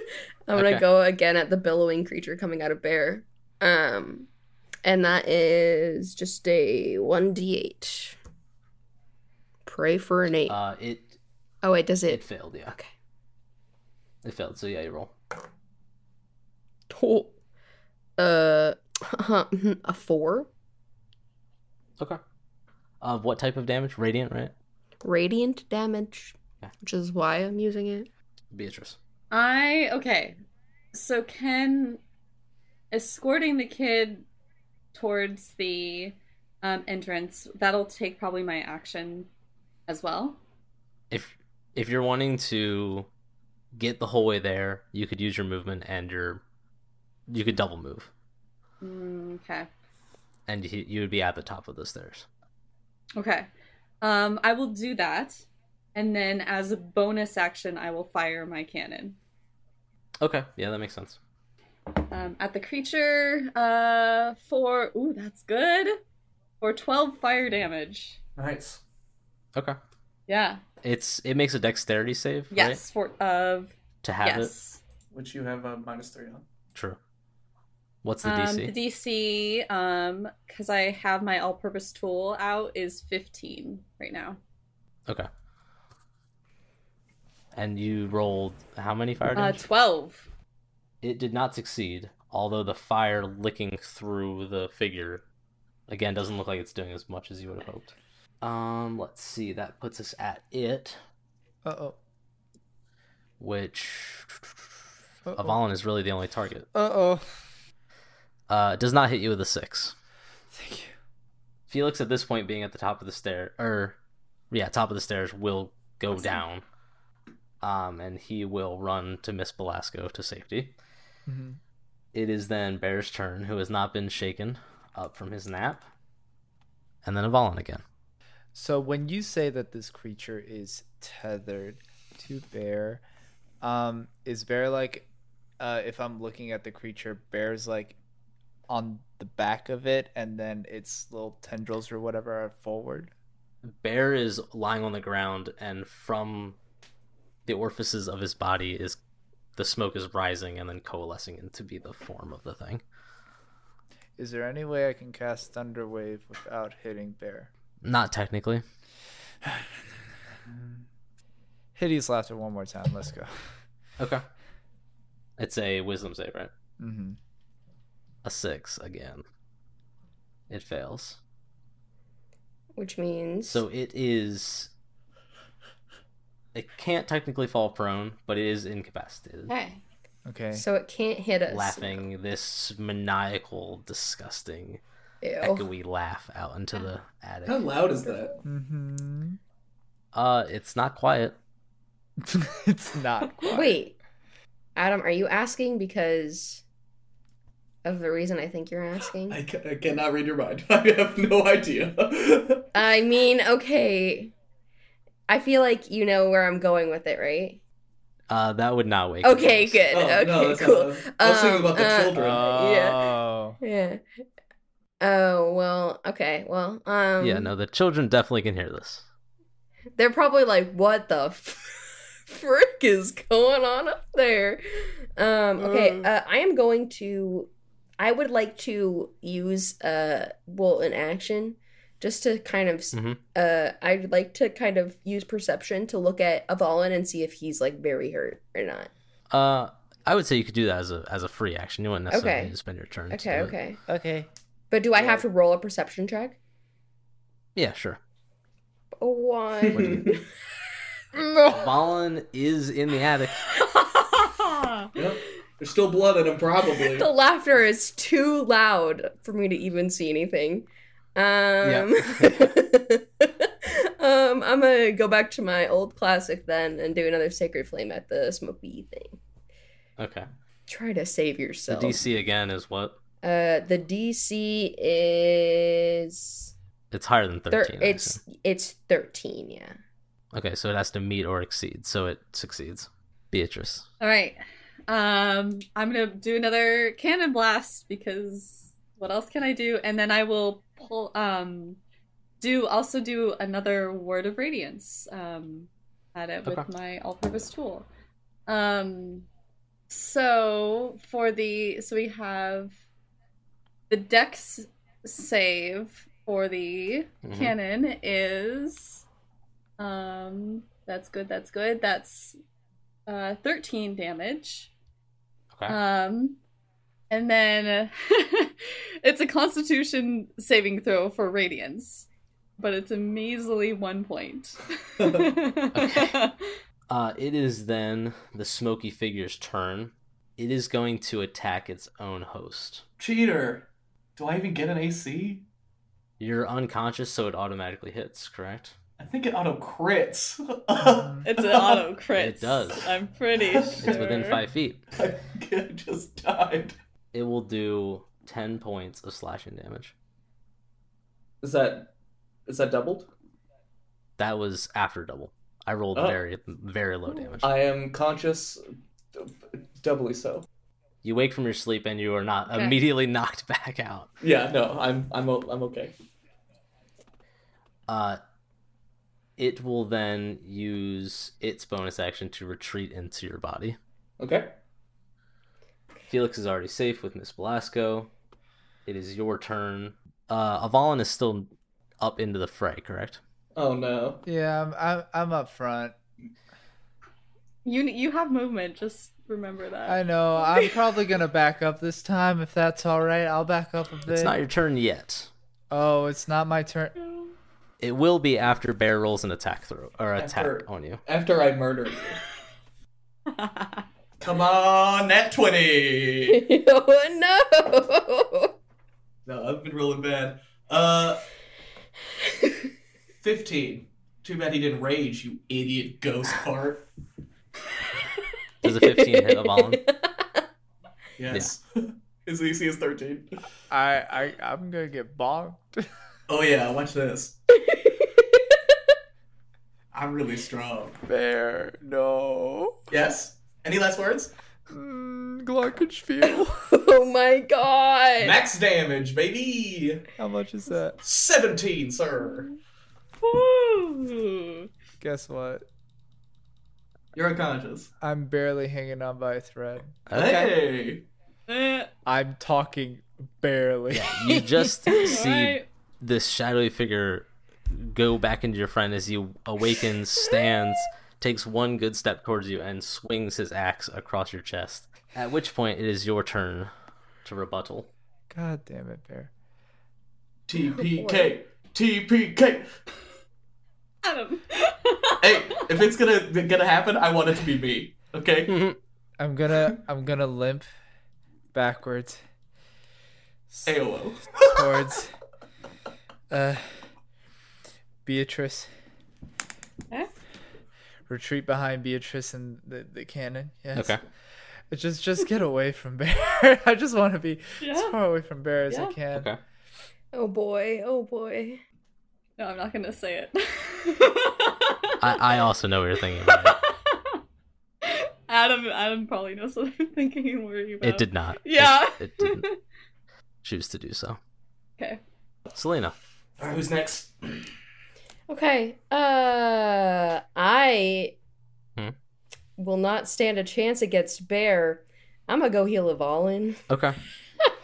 Speaker 3: I'm gonna
Speaker 2: Okay.
Speaker 3: go again at the billowing creature coming out of bear, um, and that is just a one d8. Pray for an eight.
Speaker 2: Uh, it
Speaker 3: oh wait, does
Speaker 2: it
Speaker 3: it?
Speaker 2: failed. Yeah,
Speaker 3: Okay.
Speaker 2: it failed. So yeah, you roll.
Speaker 3: Oh. Uh, a four
Speaker 2: Okay. Uh, what type of damage? Radiant, right?
Speaker 3: radiant damage,
Speaker 2: Yeah.
Speaker 3: which is why I'm using it.
Speaker 2: Beatrice.
Speaker 1: I okay. So can escorting the kid towards the um, entrance that'll take probably my action as well.
Speaker 2: If if you're wanting to get the whole way there, you could use your movement and your you could double move,
Speaker 1: Mm, okay.
Speaker 2: and you, you would be at the top of the stairs.
Speaker 1: Okay. Um, I will do that, and then as a bonus action, I will fire my cannon
Speaker 2: Okay. Yeah, that makes sense.
Speaker 1: um, at the creature uh, for ooh, that's good for twelve fire damage.
Speaker 4: Nice.
Speaker 2: Okay.
Speaker 1: Yeah.
Speaker 2: It's it makes a dexterity save. Right?
Speaker 1: Yes. For of
Speaker 2: To have it.
Speaker 1: yes.
Speaker 4: Which you have a minus three on.
Speaker 2: True. What's the
Speaker 1: um,
Speaker 2: DC?
Speaker 1: The DC, um, because I have my all-purpose tool out, is fifteen right now.
Speaker 2: okay. And you rolled how many fire
Speaker 1: Uh,
Speaker 2: damage?
Speaker 1: twelve.
Speaker 2: It did not succeed, although the fire licking through the figure again doesn't look like it's doing as much as you would have hoped. Um, let's see. That puts us at it,
Speaker 5: Uh oh.
Speaker 2: which
Speaker 5: Uh-oh.
Speaker 2: Avalon is really the only target.
Speaker 5: Uh oh.
Speaker 2: Uh, it does not hit you with a six.
Speaker 5: Thank you.
Speaker 2: Felix, at this point, being at the top of the stair, or yeah, top of the stairs, will go down. Um, and he will run to Miss Belasco to safety.
Speaker 5: Mhm.
Speaker 2: It is then Bear's turn, who has not been shaken up from his nap, and then Avalon again.
Speaker 5: So when you say that this creature is tethered to bear, um, is bear like, uh, if I'm looking at the creature, bear's like on the back of it, and then its little tendrils or whatever are forward.
Speaker 2: Bear is lying on the ground, and from the orifices of his body is the smoke is rising and then coalescing into be the form of the thing.
Speaker 5: Is there any way I can cast Thunder Wave without hitting bear?
Speaker 2: Not technically.
Speaker 5: Hideous laughter one more time. Let's go.
Speaker 2: Okay. It's a wisdom save, right?
Speaker 5: hmm
Speaker 2: A six again. It fails.
Speaker 3: Which means
Speaker 2: So it is. It can't technically fall prone, but it is incapacitated.
Speaker 3: okay.
Speaker 5: Okay.
Speaker 3: So it can't hit us.
Speaker 2: Laughing this maniacal, disgusting,
Speaker 3: Ew.
Speaker 2: echoey laugh out into the attic.
Speaker 3: Oh.
Speaker 4: How loud is that?
Speaker 5: hmm
Speaker 2: Uh, it's not quiet.
Speaker 5: it's not quiet.
Speaker 3: Wait, Adam, are you asking because of the reason I think you're asking?
Speaker 4: I, ca- I cannot read your mind. I have no idea.
Speaker 3: I mean, okay. I feel like you know where I'm going with it, right?
Speaker 2: Uh, that would not wake.
Speaker 3: Okay,
Speaker 2: Nicholas.
Speaker 3: good.
Speaker 4: Oh,
Speaker 3: okay,
Speaker 4: no, that's
Speaker 3: cool.
Speaker 4: not- I was thinking about the
Speaker 3: Um, uh,
Speaker 4: children.
Speaker 5: Oh.
Speaker 3: Yeah. Oh well. Okay. Well. Um.
Speaker 2: yeah, no, the children definitely can hear this.
Speaker 3: They're probably like, "What the f- frick is going on up there?" Um, okay,
Speaker 6: Mm.
Speaker 3: uh, I am going to. I would like to use uh, well, an action, just to kind of. s
Speaker 2: Mhm.
Speaker 3: Uh, I'd like to kind of use perception to look at Avalon and see if he's like very hurt or not.
Speaker 2: Uh, I would say you could do that as a as a free action. You wouldn't necessarily
Speaker 3: Okay.
Speaker 2: need to spend your turn. to
Speaker 3: Okay,
Speaker 2: do it.
Speaker 3: okay.
Speaker 5: Okay.
Speaker 3: But do I have to roll a perception check?
Speaker 2: Yeah, sure.
Speaker 6: A one.
Speaker 4: uh,
Speaker 3: Oh.
Speaker 2: Valen is in the attic.
Speaker 4: Yep. There's still blood in him, probably.
Speaker 3: The laughter is too loud for me to even see anything. Um, um, I'm gonna go back to my old classic then and do another sacred flame at the smoky E thing.
Speaker 2: Okay.
Speaker 3: Try to save
Speaker 2: The
Speaker 3: yourself.
Speaker 2: DC again is what?
Speaker 3: Uh, the DC is
Speaker 2: It's higher than
Speaker 3: thir-
Speaker 2: thirteen. I
Speaker 3: it's
Speaker 2: assume.
Speaker 3: it's thirteen. Yeah.
Speaker 2: okay, so it has to meet or exceed. So it succeeds. Beatrice.
Speaker 1: All right. Um, I'm gonna do another cannon blast because what else can I do? And then I will pull. Um, do also do another word of radiance. Um, at it with
Speaker 2: Okay.
Speaker 1: my all-purpose tool. Um, so for the so we have the Dex save for the
Speaker 2: Mhm.
Speaker 1: cannon is um that's good that's good that's uh 13 damage
Speaker 2: Okay.
Speaker 1: um and then it's a constitution saving throw for radiance but it's a measly one point
Speaker 2: Uh, it is then the smoky figure's turn. It is going to attack its own host.
Speaker 4: Cheater. Do I even get an AC?
Speaker 2: You're unconscious, so it automatically hits, correct?
Speaker 4: I think it auto crits.
Speaker 5: Mm-hmm.
Speaker 1: it's an auto crit
Speaker 2: It does.
Speaker 1: i'm pretty sure
Speaker 4: It's
Speaker 2: It's within five feet.
Speaker 4: I think I just died.
Speaker 2: It will do 10 points of slashing damage.
Speaker 4: Is that is that doubled?
Speaker 2: That was after double. I rolled
Speaker 4: Oh.
Speaker 2: very, very low damage.
Speaker 4: I am conscious, d- doubly so.
Speaker 2: You wake from your sleep and you are not
Speaker 1: Okay.
Speaker 2: immediately knocked back out.
Speaker 4: Yeah, no, I'm I'm o- I'm okay.
Speaker 2: Uh, it will then use its bonus action to retreat into your body.
Speaker 4: Okay.
Speaker 2: Felix is already safe with Miss Belasco. It is your turn. Uh, Avalon is still up into the fray, correct?
Speaker 4: Oh no.
Speaker 5: Yeah, I'm, I'm I'm up front.
Speaker 1: you you have movement just remember that
Speaker 5: I know. I'm probably gonna back up this time if that's all right. I'll back up a bit.
Speaker 2: It's not your turn yet.
Speaker 5: oh, it's not my turn.
Speaker 2: It will be after Bear rolls an attack throw or attack
Speaker 4: After-
Speaker 2: on you.
Speaker 4: After I murder you. Come on, net twenty.
Speaker 3: oh no!
Speaker 4: No, I've been rolling bad. Uh, fifteen. Too bad he didn't rage, you idiot ghost fart.
Speaker 2: Does a 15 hit Avalon?
Speaker 4: Yes. His EC is thirteen.
Speaker 5: I I I'm gonna get bonked.
Speaker 4: Oh yeah, watch this. I'm really strong.
Speaker 5: Bear, no.
Speaker 4: Yes. Any last words?
Speaker 5: Mm, Glockenspiel.
Speaker 3: Oh my god!
Speaker 4: Max damage, baby.
Speaker 5: How much is that?
Speaker 4: Seventeen, sir.
Speaker 1: Woo.
Speaker 5: Guess what?
Speaker 4: You're unconscious.
Speaker 5: I'm barely hanging on by a thread.
Speaker 4: Okay.
Speaker 1: Eh,
Speaker 5: I'm talking barely.
Speaker 2: You just see
Speaker 1: alright.
Speaker 2: this shadowy figure go back into your friend as you awaken, stands, takes one good step towards you, and swings his axe across your chest. At which point, it is your turn to rebuttal.
Speaker 5: God damn it, Bear.
Speaker 4: TPK. TPK.
Speaker 1: Adam.
Speaker 4: Hey, if it's gonna gonna happen, I want it to be me. Okay.
Speaker 5: I'm gonna I'm gonna limp backwards
Speaker 4: AOO.
Speaker 5: towards uh Beatrice.
Speaker 1: Eh?
Speaker 5: Retreat behind Beatrice and the, the cannon. Yes.
Speaker 2: Okay.
Speaker 5: Just just get away from Bear. I just want to be as
Speaker 1: Yeah.
Speaker 5: far away from Bear as
Speaker 1: Yeah.
Speaker 5: I can.
Speaker 2: Okay.
Speaker 3: Oh boy! Oh boy!
Speaker 1: No, I'm not gonna say it.
Speaker 2: I, I also know what you're thinking about.
Speaker 1: Adam Adam probably knows what I'm thinking and worrying about.
Speaker 2: It did not. It-
Speaker 1: Yeah.
Speaker 2: It, didn't choose to do so.
Speaker 1: Okay.
Speaker 2: Selena.
Speaker 4: All right, who's next?
Speaker 3: Okay. Uh, I
Speaker 2: Hmm?
Speaker 3: will not stand a chance against Bear. I'm gonna go heal Avalon.
Speaker 2: Okay.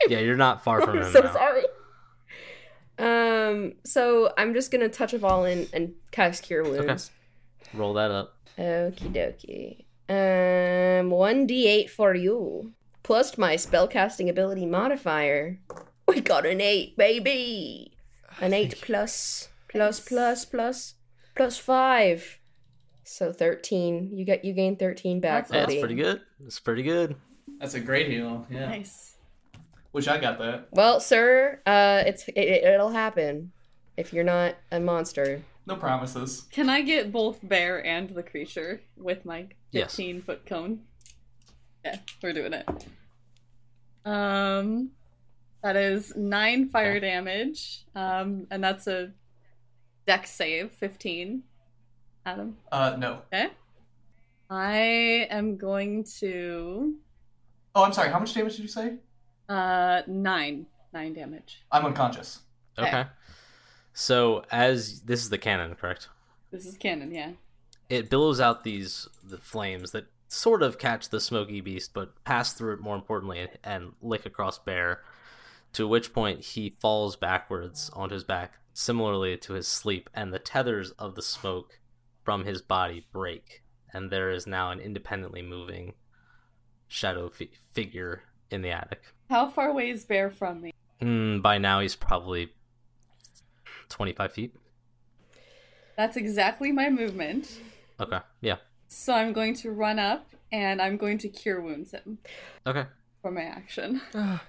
Speaker 2: Yeah, you're not far from
Speaker 3: I'm
Speaker 2: him
Speaker 3: so
Speaker 2: now.
Speaker 3: sorry. Um, so I'm just gonna touch Avalon and cast Cure Wounds.
Speaker 2: Roll that up.
Speaker 3: Okie dokie. Um, one d8 for you, plus my spellcasting ability modifier. We got an eight, baby. An eight plus plus plus plus plus five, so thirteen. You get you gain thirteen back,
Speaker 1: That's
Speaker 2: Hey,
Speaker 1: awesome.
Speaker 3: buddy.
Speaker 2: that's pretty good. That's pretty good.
Speaker 4: That's a great heal. Yeah.
Speaker 1: Nice.
Speaker 4: Wish I got that.
Speaker 3: Well, sir, uh, it's it, it, it'll happen if you're not a monster.
Speaker 4: No promises.
Speaker 1: Can I get both bear and the creature with my
Speaker 2: Yes.
Speaker 1: 15 foot cone? Yeah, we're doing it. Um, that is nine fire
Speaker 2: Okay.
Speaker 1: damage. Um, and that's a dex save, 15. Adam.
Speaker 4: Uh, no.
Speaker 1: Okay. I am going to
Speaker 4: Oh, I'm sorry. How much damage did you say?
Speaker 1: uh nine. Nine damage.
Speaker 4: I'm unconscious.
Speaker 1: Okay.
Speaker 2: Okay. So as this is the cannon, correct?
Speaker 1: This is canon, yeah.
Speaker 2: It billows out these the flames that sort of catch the smoky beast, but pass through it more importantly and, and lick across Bear. To which point he falls backwards onto his back, similarly to his sleep, and the tethers of the smoke from his body break, and there is now an independently moving shadow fi- figure in the attic.
Speaker 1: How far away is bear from me?
Speaker 2: Mm, by now he's probably twenty-five feet.
Speaker 1: That's exactly my movement.
Speaker 2: Okay, yeah.
Speaker 1: So I'm going to run up and I'm going to cure wounds him
Speaker 2: Okay.
Speaker 1: for my action.
Speaker 5: Ugh.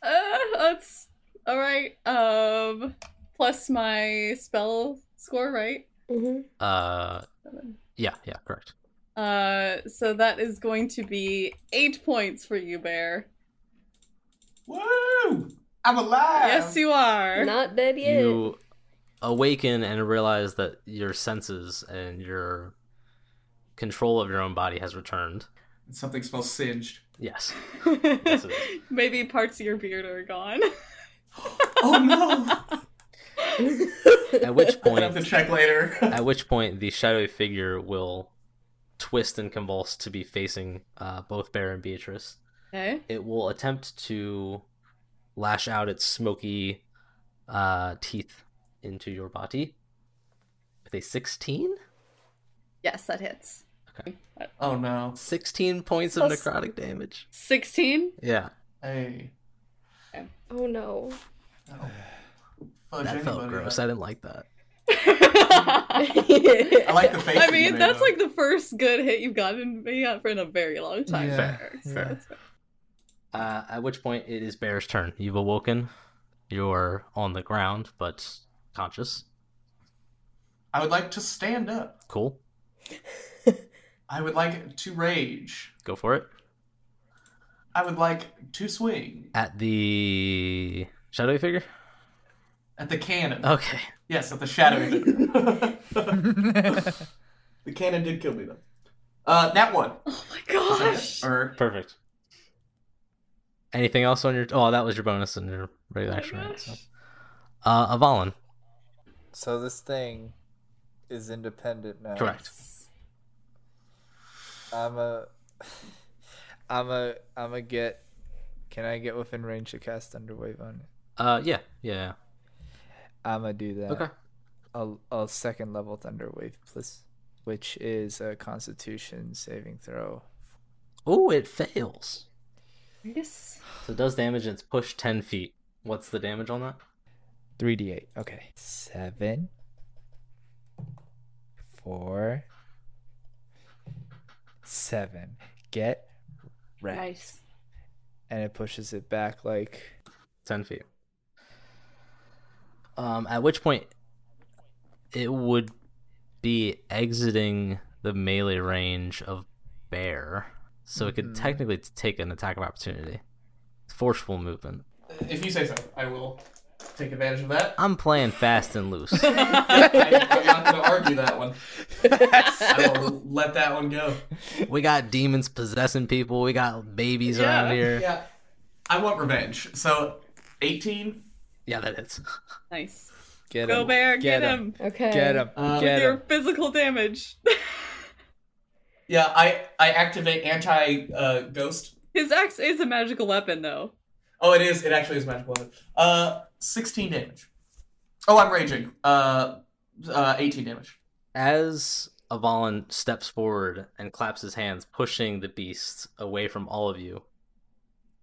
Speaker 1: Uh, that's all right. Um, plus my spell score, right?
Speaker 3: Mm-hmm.
Speaker 2: Uh, yeah, yeah, correct.
Speaker 1: Uh, so that is going to be eight points for you, Bear.
Speaker 4: Woo! I'm alive.
Speaker 1: Yes, you are.
Speaker 3: Not dead yet.
Speaker 2: You awaken and realize that your senses and your control of your own body has returned.
Speaker 4: Something smells singed.
Speaker 2: Yes. it is.
Speaker 1: Maybe parts of your beard are gone.
Speaker 4: Oh no!
Speaker 2: At which
Speaker 4: I have to
Speaker 2: point,
Speaker 4: check later.
Speaker 2: at which point, the shadowy figure will twist and convulse to be facing uh, both Bear and Beatrice.
Speaker 1: Okay.
Speaker 2: it will attempt to lash out its smoky uh, teeth into your body with a 16
Speaker 1: Yes, that hits.
Speaker 4: oh no!
Speaker 2: 16 points of
Speaker 1: Plus-
Speaker 2: necrotic damage
Speaker 1: Sixteen.
Speaker 2: yeah
Speaker 4: Hey.
Speaker 6: Oh no.
Speaker 4: No. Fudge
Speaker 2: that felt
Speaker 4: anybody,
Speaker 2: gross
Speaker 4: but-
Speaker 2: i didn't like that
Speaker 1: I
Speaker 4: I like the face. that you
Speaker 1: mean,
Speaker 4: made,
Speaker 1: that's
Speaker 4: though.
Speaker 1: like the first good hit you've gotten me out for in a very long time.
Speaker 5: Yeah.
Speaker 1: Bear, so
Speaker 5: Yeah.
Speaker 1: it's fair.
Speaker 2: uh, at which point it is bear's turn you've awoken you're on the ground but conscious
Speaker 4: I would like to stand up.
Speaker 2: cool
Speaker 4: I would like to rage.
Speaker 2: go for it
Speaker 4: I would like to swing
Speaker 2: at the shadowy figure
Speaker 4: at the cannon.
Speaker 2: okay
Speaker 4: Yes, at the shadowy figure. the cannon did kill me though. Uh, that one.
Speaker 1: Oh my gosh.
Speaker 4: Or
Speaker 2: perfect anything else on your oh that was your bonus and your regular action right so. uh avalon
Speaker 5: so this thing is independent now.
Speaker 2: Correct.
Speaker 5: I'm a. I'm a. I'm a get. Can I get within range to cast Thunderwave on it?
Speaker 2: Uh, yeah, yeah.
Speaker 5: I'm gonna do that.
Speaker 2: Okay.
Speaker 5: A, a second level Thunderwave, please. Which is a Constitution saving throw.
Speaker 2: Oh, it fails.
Speaker 1: Yes.
Speaker 2: So it does damage and it's pushed ten feet. What's the damage on that?
Speaker 5: 3d8. Okay. 7. 4. 7. Get wrecked.
Speaker 1: Nice.
Speaker 5: And it pushes it back like.
Speaker 2: Ten feet. Um, at which point it would be exiting the melee range of bear, so it could
Speaker 5: Mhm.
Speaker 2: technically t- take an attack of opportunity. Forceful movement.
Speaker 4: if you say so, I will take advantage of that.
Speaker 2: I'm playing fast and loose.
Speaker 4: I, I'm not going to argue that one. I will let that one go.
Speaker 2: we got demons possessing people. We got babies around
Speaker 1: Yeah.
Speaker 2: here. Yeah,
Speaker 4: Yeah, I want revenge. So, 18.
Speaker 2: that hits.
Speaker 1: Nice.
Speaker 5: Get
Speaker 1: Go
Speaker 5: him.
Speaker 1: bear, get, him.
Speaker 3: okay.
Speaker 5: Get him.
Speaker 4: Uh,
Speaker 5: get
Speaker 1: Your
Speaker 5: him.
Speaker 1: physical damage.
Speaker 4: Yeah, I I activate anti uh, ghost.
Speaker 1: His axe is a magical weapon, though.
Speaker 4: Oh, it is. It actually is magical. weapon. Uh, 16 damage. Oh, I'm raging. Uh, uh 18 damage.
Speaker 2: as Avalon steps forward and claps his hands, pushing the beast away from all of you.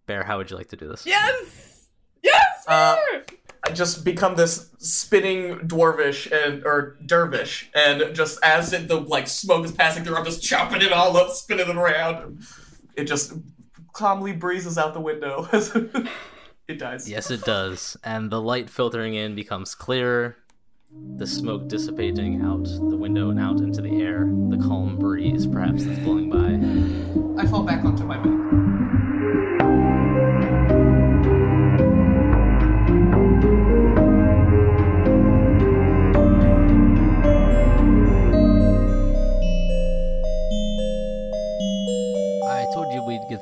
Speaker 2: Bear, how would you like to do this?
Speaker 1: Yes! Yes,
Speaker 4: Uh,
Speaker 1: Bear!
Speaker 4: I just become this spinning dwarvish and or dervish, and just as it, the like smoke is passing through, I'm just chopping it all up, spinning it around. It just calmly breezes out the window. it dies.
Speaker 2: Yes, it does. And the light filtering in becomes clearer, the smoke dissipating out the window and out into the air, the calm breeze perhaps that's blowing by.
Speaker 4: I fall back onto my back.
Speaker 2: I told you we'd get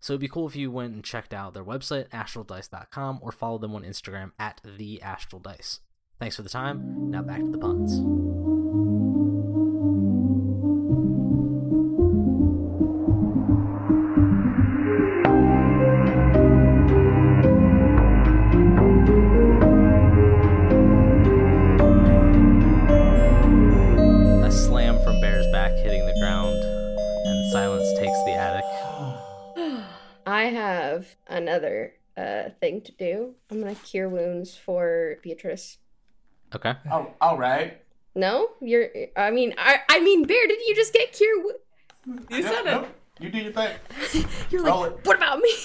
Speaker 2: So it'd be cool if you went and checked out their website, astraldice.com, or follow them on Instagram at the Astral Dice. Thanks for the time. Now back to the puns. A slam from Bear's back hitting the ground, and silence takes the attic.
Speaker 3: I have another uh thing to do. I'm gonna cure wounds for Beatrice.
Speaker 2: Okay.
Speaker 4: Oh, all right.
Speaker 3: No, you're. I mean, I. I mean, Bear, did you just get cure? wo-
Speaker 1: You
Speaker 4: Yep,
Speaker 1: said it.
Speaker 4: nope. You do your thing.
Speaker 3: You're
Speaker 4: Roll
Speaker 3: like,
Speaker 4: it.
Speaker 3: what about me?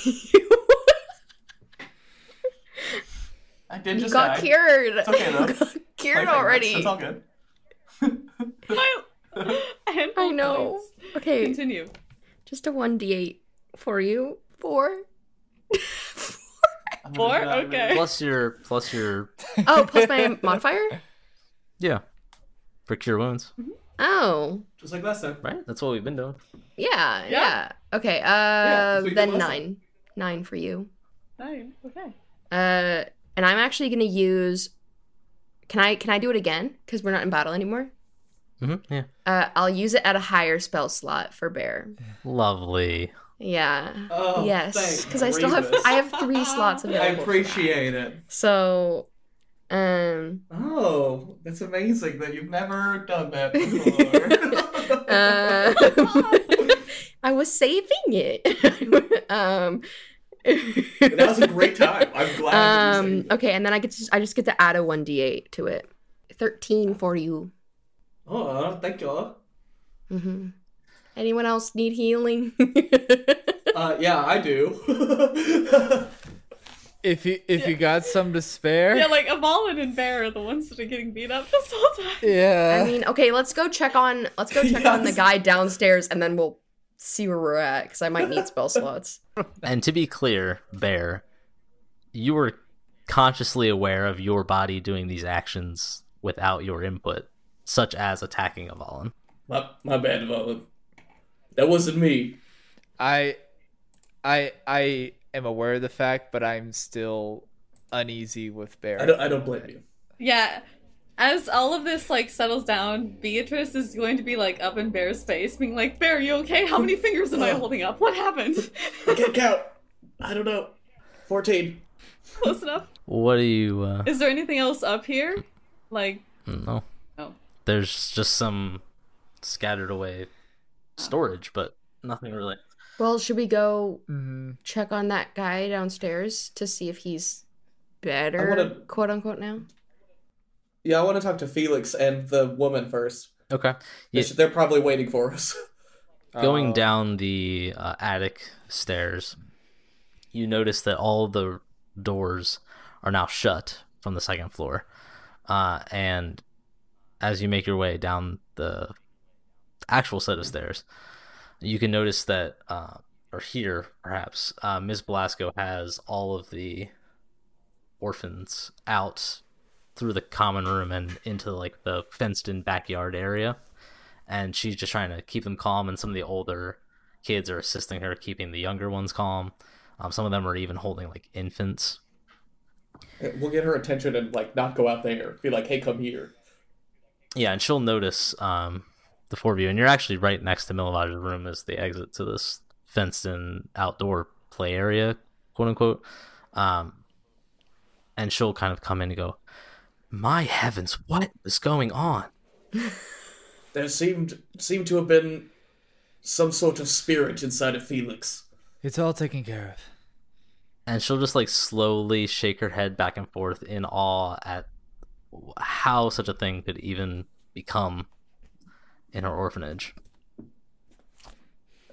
Speaker 4: I did
Speaker 3: you
Speaker 4: just
Speaker 3: got
Speaker 4: die.
Speaker 3: cured.
Speaker 4: It's okay, though.
Speaker 3: You got
Speaker 4: Play
Speaker 3: cured
Speaker 4: favorites.
Speaker 3: already.
Speaker 4: It's all good.
Speaker 1: My- I had
Speaker 3: I
Speaker 1: bullet
Speaker 3: know.
Speaker 1: points.
Speaker 3: Okay,
Speaker 1: Continue.
Speaker 3: just a one d8 for you. Four.
Speaker 4: I'm gonna
Speaker 1: Four?
Speaker 4: get out of here.
Speaker 1: Okay.
Speaker 2: Plus your plus your
Speaker 3: Oh, plus my modifier.
Speaker 2: yeah for cure wounds,
Speaker 3: Oh,
Speaker 4: Just like last time.
Speaker 2: right? That's what we've been doing.
Speaker 3: yeah, yeah.
Speaker 1: Yeah.
Speaker 3: Okay. Uh,
Speaker 4: so we did
Speaker 3: then
Speaker 4: last
Speaker 3: nine, nine for you.
Speaker 1: Nine. Okay.
Speaker 3: Uh, and I'm actually gonna use. Can I can I do it again? Because we're not in battle anymore.
Speaker 2: Mm-hmm. Yeah.
Speaker 3: Uh, I'll use it at a higher spell slot for bear.
Speaker 2: Lovely.
Speaker 3: Yeah.
Speaker 4: Oh,
Speaker 3: yes,
Speaker 4: thank
Speaker 3: because I still have
Speaker 4: Grievous.
Speaker 3: I have three slots
Speaker 4: I
Speaker 3: available. for that.
Speaker 4: appreciate it.
Speaker 3: So, um,
Speaker 4: Oh, that's amazing that you've never done that before.
Speaker 3: uh, I was saving it. um,
Speaker 4: that was a great time. I'm glad. that you
Speaker 3: um,
Speaker 4: saved it.
Speaker 3: okay, and then I get to, I just get to add a one d eight to it. Thirteen for you.
Speaker 4: Oh, thank you.
Speaker 3: hmm Anyone else need healing?
Speaker 4: Uh, yeah, I do.
Speaker 5: If you if you got some to spare,
Speaker 1: Yeah, like Avalon and Bear are the ones that are getting beat up this whole time.
Speaker 5: yeah.
Speaker 3: I mean, okay, let's go check on let's go check on the
Speaker 4: Uh. Yes.
Speaker 3: guy downstairs, and then we'll see where we're at because I might need spell slots.
Speaker 2: And to be clear, Bear, you were consciously aware of your body doing these actions without your input, such as attacking Avalon.
Speaker 4: my, my bad, Mullen. That wasn't me.
Speaker 5: I I I am aware of the fact, but I'm still uneasy with Bear.
Speaker 4: I don't, I don't blame you.
Speaker 1: Yeah. As all of this like settles down, Beatrice is going to be like up in Bear's face, being like, "Bear, you okay? How many fingers am I holding up? What happened?
Speaker 4: I can't count. I don't know. 14.
Speaker 1: Close enough.
Speaker 2: What do you? Uh, hmm,
Speaker 1: Is there anything else up here? Like,
Speaker 2: no.
Speaker 1: Oh.
Speaker 2: There's just some scattered away storage, but nothing really.
Speaker 3: Well, should we go
Speaker 5: Mm-hmm.
Speaker 3: check on that guy downstairs to see if he's better,
Speaker 4: wanna-
Speaker 3: quote unquote, now?
Speaker 4: Yeah, I want to talk to Felix and the woman first.
Speaker 2: Okay.
Speaker 4: They
Speaker 2: Yeah.
Speaker 4: should- They're probably waiting for us.
Speaker 2: Going
Speaker 5: Oh. Uh,
Speaker 2: down the uh, attic stairs, you notice that all the doors are now shut from the second floor. Uh, and as you make your way down the actual set of stairs, you can notice that, uh, or hear perhaps, uh, Ms. Blasco has all of the orphans out through the common room and into like the fenced in backyard area and she's just trying to keep them calm. And some of the older kids are assisting her keeping the younger ones calm. Um, some of them are even holding like infants.
Speaker 4: We'll get her attention and like not go out there. Be like, hey, come here.
Speaker 2: Yeah, and she'll notice um, the four of you, and you're actually right next to Milovaj's room as the exit to this fenced-in outdoor play area, quote unquote. Um, and she'll kind of come in and go, "My heavens, what is going on?"
Speaker 4: There seemed seemed to have been some sort of spirit inside of Felix.
Speaker 5: It's all taken care of.
Speaker 2: and she'll just like slowly shake her head back and forth in awe at how such a thing could even become in her orphanage.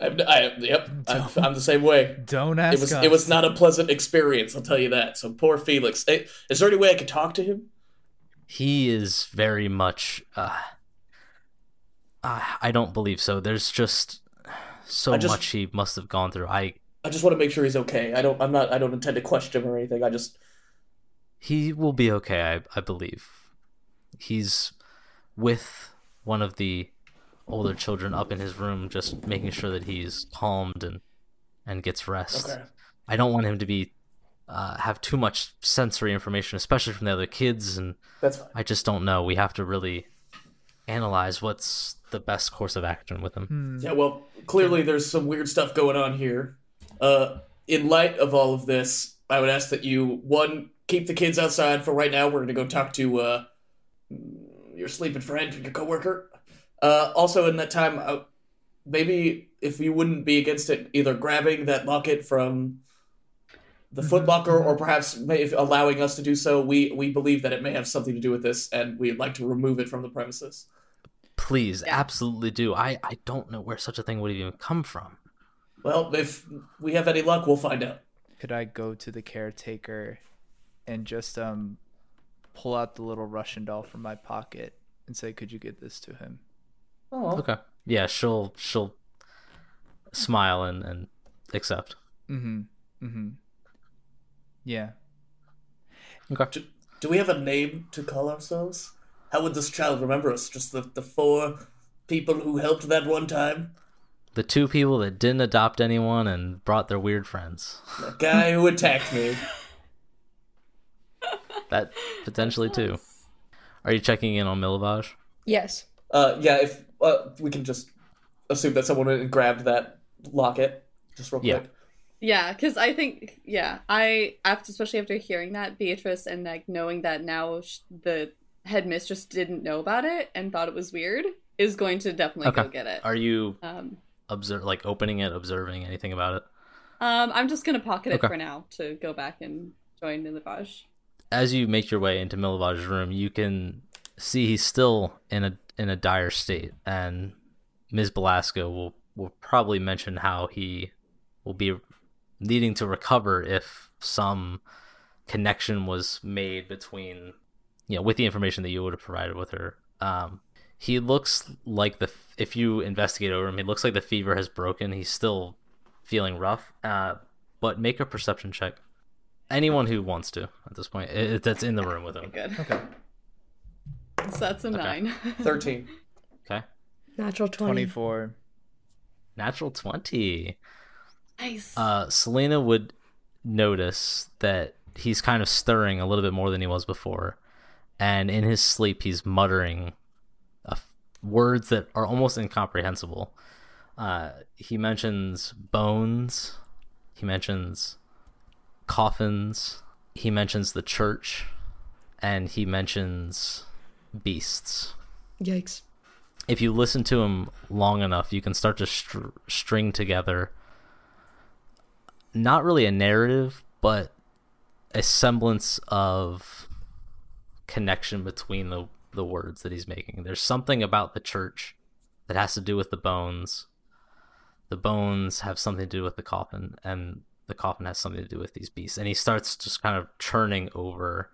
Speaker 4: I'm, I, yep, I'm, I'm the same way.
Speaker 5: Don't ask
Speaker 4: It was
Speaker 5: us.
Speaker 4: it was not a pleasant experience, I'll tell you that. So poor Felix. Hey, is there any way I could talk to him?
Speaker 2: He is very much. Uh, uh, I don't believe so. There's just so
Speaker 4: I just-
Speaker 2: much he must have gone through. I
Speaker 4: I just want to make sure he's okay. I don't. I'm not. I don't intend to question him or anything. I just.
Speaker 2: he will be okay. I I believe he's with one of the older children up in his room, just making sure that he's calmed and and gets rest.
Speaker 4: Okay.
Speaker 2: I don't want him to be uh, have too much sensory information, especially from the other kids, and
Speaker 4: That's fine.
Speaker 2: I just don't know. We have to really analyze what's the best course of action with him.
Speaker 5: Hmm.
Speaker 4: Yeah, well, clearly there's some weird stuff going on here. Uh, in light of all of this, I would ask that you one keep the kids outside for right now. We're gonna go talk to uh, your sleeping friend, your coworker. Uh, also, in that time, uh, maybe if you wouldn't be against it, either grabbing that locket from the Foot Locker, or perhaps may, if allowing us to do so, we we believe that it may have something to do with this, and we'd like to remove it from the premises.
Speaker 2: Please,
Speaker 1: Yeah.
Speaker 2: absolutely do. I I don't know where such a thing would even come from.
Speaker 4: Well, if we have any luck, we'll find out.
Speaker 5: Could I go to the caretaker and just um pull out the little Russian doll from my pocket and say, "Could you get this to him?"
Speaker 4: Oh,
Speaker 2: Okay. Yeah, she'll she'll smile and and accept.
Speaker 5: Mm-hmm. Mm-hmm. Yeah.
Speaker 2: Okay.
Speaker 4: Do we have a name to call ourselves? How would this child remember us? Just the, the four people who helped that one time?
Speaker 2: The two people that didn't adopt anyone and brought their weird friends.
Speaker 4: The guy who attacked me.
Speaker 2: That potentially too. Are you checking in on Milivaj?
Speaker 3: Yes.
Speaker 4: Uh, yeah, if uh, we can just assume that someone went and grabbed that locket. Just real
Speaker 2: Yeah.
Speaker 4: quick.
Speaker 1: Yeah, because I think yeah, I after especially after hearing that Beatrice and like knowing that now sh- the headmistress didn't know about it and thought it was weird is going to definitely go
Speaker 2: Okay.
Speaker 1: get it.
Speaker 2: Are you
Speaker 1: Um,
Speaker 2: observe like opening it, observing anything about it?
Speaker 1: um, I'm just gonna pocket it
Speaker 2: Okay.
Speaker 1: for now to go back and join Nilivage.
Speaker 2: as you make your way into Milovaj's room, you can see he's still in a in a dire state, and Ms. Belasco will will probably mention how he will be needing to recover if some connection was made between you know with the information that you would have provided with her. Um, he looks like the if you investigate over him, he looks like the fever has broken. He's still feeling rough, uh, but make a perception check anyone who wants to at this point i- i- that's in the room with him
Speaker 1: Good.
Speaker 5: Okay.
Speaker 1: So that's a
Speaker 2: Okay.
Speaker 1: nine.
Speaker 4: 13.
Speaker 2: okay
Speaker 3: Natural 20.
Speaker 5: Twenty-four.
Speaker 2: natural 20
Speaker 1: nice.
Speaker 2: uh selena would notice that he's kind of stirring a little bit more than he was before and in his sleep he's muttering a f- words that are almost incomprehensible uh he mentions bones he mentions coffins he mentions the church and he mentions beasts
Speaker 3: Yikes.
Speaker 2: if you listen to him long enough, you can start to str- string together not really a narrative, but a semblance of connection between the the words that he's making. There's something about the church that has to do with the bones. The bones have something to do with the coffin, and the coffin has something to do with these beasts. And he starts just kind of churning over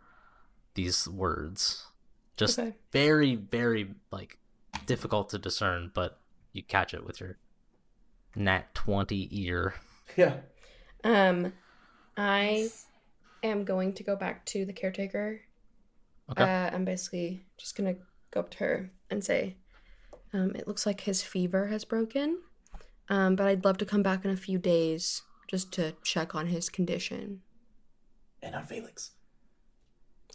Speaker 2: these words, just
Speaker 3: Okay.
Speaker 2: very, very like difficult to discern, but you catch it with your nat twenty ear.
Speaker 4: Yeah.
Speaker 3: Um, I am going to go back to the caretaker.
Speaker 2: Okay.
Speaker 3: Uh, I'm basically just gonna go up to her and say, um, "It looks like his fever has broken, um, but I'd love to come back in a few days just to check on his condition
Speaker 4: And on Felix.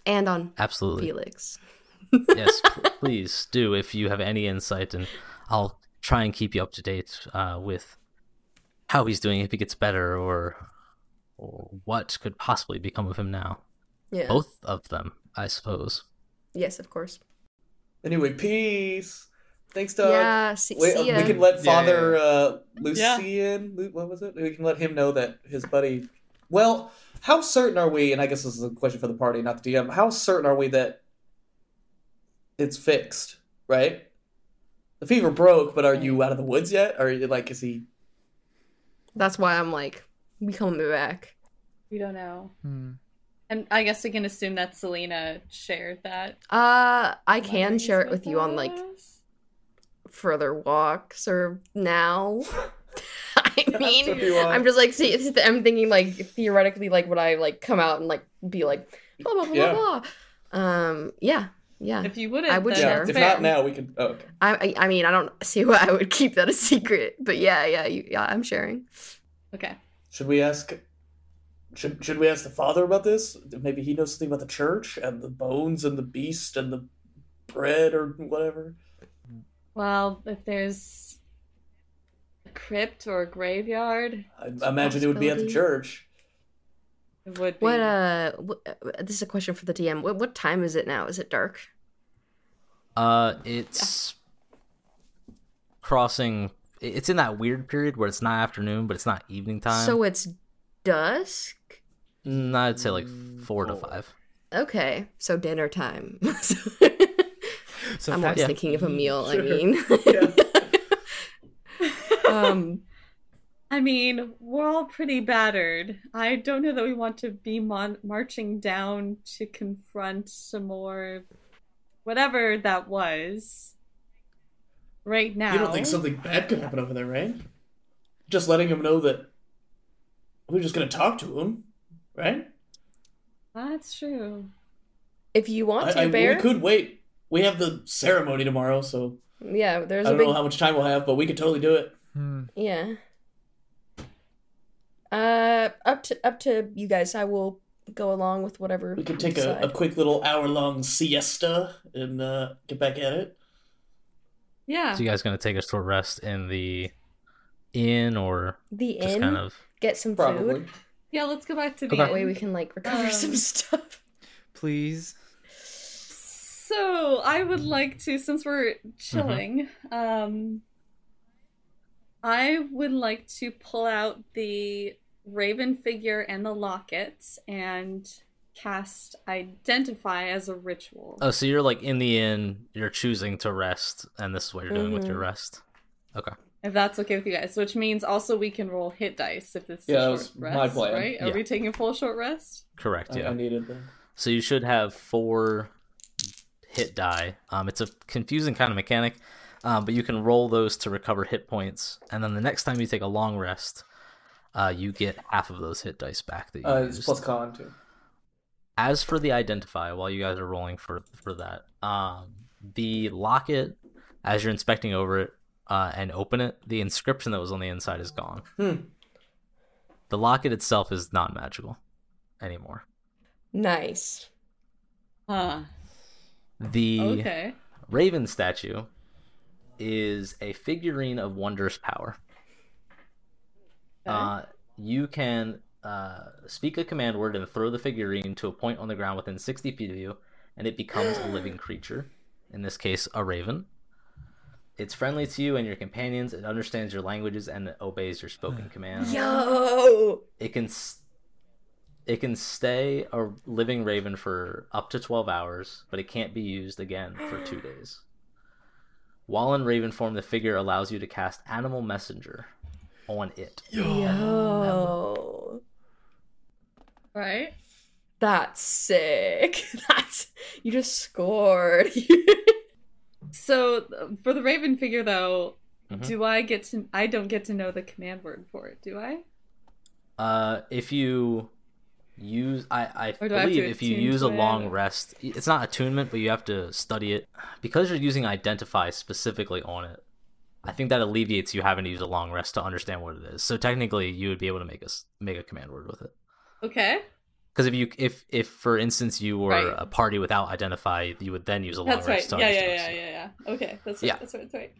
Speaker 3: and on
Speaker 2: Absolutely.
Speaker 3: Felix."
Speaker 2: yes, p- please do if you have any insight, and I'll try and keep you up to date uh, with how he's doing, if he gets better, or or what could possibly become of him now.
Speaker 3: Yeah.
Speaker 2: Both of them, I suppose.
Speaker 3: Yes, of course.
Speaker 4: Anyway, peace. Thanks, Doug.
Speaker 3: yeah. See,
Speaker 4: Wait,
Speaker 3: see
Speaker 4: uh,
Speaker 3: ya.
Speaker 4: we can let
Speaker 5: Yeah, yeah,
Speaker 4: Father
Speaker 5: yeah.
Speaker 4: uh,
Speaker 1: Yeah.
Speaker 4: Lucian. Lu- What was it? We can let him know that his buddy. Well, how certain are we? And I guess this is a question for the party, not the DM. How certain are we that it's fixed? Right. The fever broke, but are you out of the woods yet? Or like, is he?
Speaker 3: That's why I'm like, we coming back.
Speaker 1: We don't know.
Speaker 5: Hmm.
Speaker 1: And I guess we can assume that Selena shared that.
Speaker 3: Uh, I can
Speaker 1: letters
Speaker 3: share it with you on like
Speaker 1: us.
Speaker 3: further walks or now. I mean,
Speaker 4: After you are-
Speaker 3: I'm just like, see, it's- I'm thinking like theoretically, like would I like come out and like be like blah blah blah
Speaker 4: Yeah.
Speaker 3: blah blah. Um, yeah, yeah.
Speaker 1: If you wouldn't,
Speaker 3: uh, I would
Speaker 1: then
Speaker 3: share.
Speaker 4: Yeah.
Speaker 1: that's
Speaker 4: If
Speaker 1: fair.
Speaker 4: not now, we can. Oh, okay.
Speaker 3: I, I I mean, I don't see why I would keep that a secret, but yeah, yeah, you, yeah. I'm sharing.
Speaker 1: Okay.
Speaker 4: Should we ask? Should should we ask the father about this? Maybe he knows something about the church and the bones and the beast and the bread or whatever.
Speaker 1: Well, if there's a crypt or a graveyard,
Speaker 4: I imagine it would be at the
Speaker 3: Possibility.
Speaker 4: church.
Speaker 1: it would be.
Speaker 3: What uh, what, uh, this is a question for the DM. What what time is it now? Is it dark?
Speaker 2: Uh, it's crossing. i- It's in that weird period where it's not afternoon, but it's not evening time.
Speaker 3: So it's dusk.
Speaker 2: Mm, I'd say like
Speaker 5: Mm,
Speaker 2: four to
Speaker 5: four.
Speaker 2: five.
Speaker 3: Okay, so dinner time. So-
Speaker 5: So
Speaker 3: I'm
Speaker 5: that-
Speaker 3: always thinking of a meal. I
Speaker 4: Sure.
Speaker 3: mean,
Speaker 4: Yeah.
Speaker 3: um,
Speaker 1: I mean, we're all pretty battered. I don't know that we want to be mon- marching down to confront some more, whatever that was. Right now,
Speaker 4: You don't think something bad could happen over there, right? Just letting him know that we're just gonna talk to him, right?
Speaker 1: That's true.
Speaker 3: if you want to,
Speaker 4: I, I,
Speaker 3: bear.
Speaker 4: We could wait. We have the ceremony tomorrow, so
Speaker 3: Yeah, there's
Speaker 4: I
Speaker 3: a
Speaker 4: don't
Speaker 3: big
Speaker 4: know how much time we'll have, but we could totally do it.
Speaker 5: Hmm.
Speaker 3: yeah. Uh, up to up to you guys. I will go along with whatever.
Speaker 4: We
Speaker 3: you
Speaker 4: could take a, a
Speaker 3: decide.
Speaker 4: quick little hour long siesta and uh, get back at it.
Speaker 1: Yeah.
Speaker 2: So you guys gonna take a short rest in the inn, or
Speaker 3: the
Speaker 2: just
Speaker 3: inn.
Speaker 2: kind of
Speaker 3: get some
Speaker 4: Probably.
Speaker 3: food.
Speaker 1: Yeah, let's go back to the
Speaker 3: That
Speaker 1: inn.
Speaker 3: way we can like recover
Speaker 1: Um,
Speaker 3: some stuff.
Speaker 5: Please.
Speaker 1: So I would like to, since we're chilling, um, I would like to pull out the raven figure and the lockets and cast identify as a ritual.
Speaker 2: Oh, so you're like in the inn, you're choosing to rest, and this is what you're doing with your
Speaker 3: Mhm.
Speaker 2: rest.
Speaker 1: If that's okay with you guys, which means also we can roll hit dice if this is
Speaker 4: Yeah, that
Speaker 1: a
Speaker 4: was
Speaker 1: short
Speaker 4: my
Speaker 1: rest,
Speaker 4: plan.
Speaker 1: right? Are
Speaker 2: Yeah.
Speaker 1: we taking a full short rest?
Speaker 2: Correct,
Speaker 4: I,
Speaker 2: yeah.
Speaker 4: I needed that.
Speaker 2: So you should have four hit die. Um, it's a confusing kind of mechanic, um, but you can roll those to recover hit points, and then the next time you take a long rest, uh, you get half of those hit dice back that you
Speaker 4: Uh, it's
Speaker 2: used.
Speaker 4: plus con too.
Speaker 2: as for the identify while you guys are rolling for for that um the locket as you're inspecting over it uh and open it the inscription that was on the inside is gone
Speaker 4: Hmm.
Speaker 2: the locket itself is not magical anymore
Speaker 3: Nice.
Speaker 1: Huh.
Speaker 2: the
Speaker 1: Oh, Okay.
Speaker 2: raven statue is a figurine of wondrous power
Speaker 1: Okay.
Speaker 2: Uh, you can uh, speak a command word and throw the figurine to a point on the ground within 60 feet of you, and it becomes a living creature. In this case, a raven. It's friendly to you and your companions. It understands your languages and it obeys your spoken commands.
Speaker 6: Yo.
Speaker 2: It can s- it can stay a living raven for up to 12 hours, but it can't be used again for 2 days. While in raven form, the figure allows you to cast animal messenger on it.
Speaker 6: Yo.
Speaker 1: Right?
Speaker 6: That's sick. That's you just scored.
Speaker 1: So th- for the raven figure though,
Speaker 2: Mhm.
Speaker 1: do I get to I don't get to know the command word for it, do I?
Speaker 2: Uh, if you use, I, I
Speaker 1: Or do I have to
Speaker 2: believe if you
Speaker 1: attune
Speaker 2: use
Speaker 1: to
Speaker 2: a
Speaker 1: it?
Speaker 2: long rest, it's not attunement, but you have to study it because you're using identify specifically on it. I think that alleviates you having to use a long rest to understand what it is. So technically, you would be able to make us make a command word with it.
Speaker 1: Okay.
Speaker 2: Because if you if if for instance you were
Speaker 1: Right.
Speaker 2: a party without identify, you would then use a long
Speaker 1: That's right.
Speaker 2: rest to
Speaker 1: Yeah, yeah, yeah,
Speaker 2: understand. so-
Speaker 1: yeah, yeah. Okay, that's right.
Speaker 2: Yeah.
Speaker 1: That's right. That's right.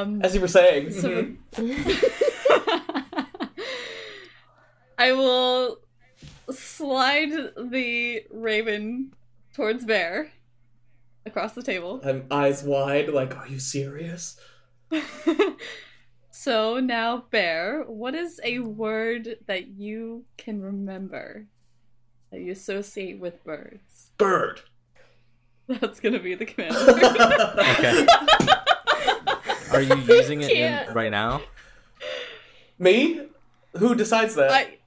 Speaker 1: Um
Speaker 4: As you were saying.
Speaker 1: So-
Speaker 4: Mhm.
Speaker 1: I will slide the raven towards Bear across the table.
Speaker 4: I'm eyes wide, like, are you serious?
Speaker 1: so now, Bear, what is a word that you can remember that you associate with birds?
Speaker 4: Bird.
Speaker 1: That's gonna be the command. word.
Speaker 4: okay.
Speaker 2: Are you using it
Speaker 6: Can't.
Speaker 2: in, right now?
Speaker 4: Me? Who decides that?
Speaker 1: I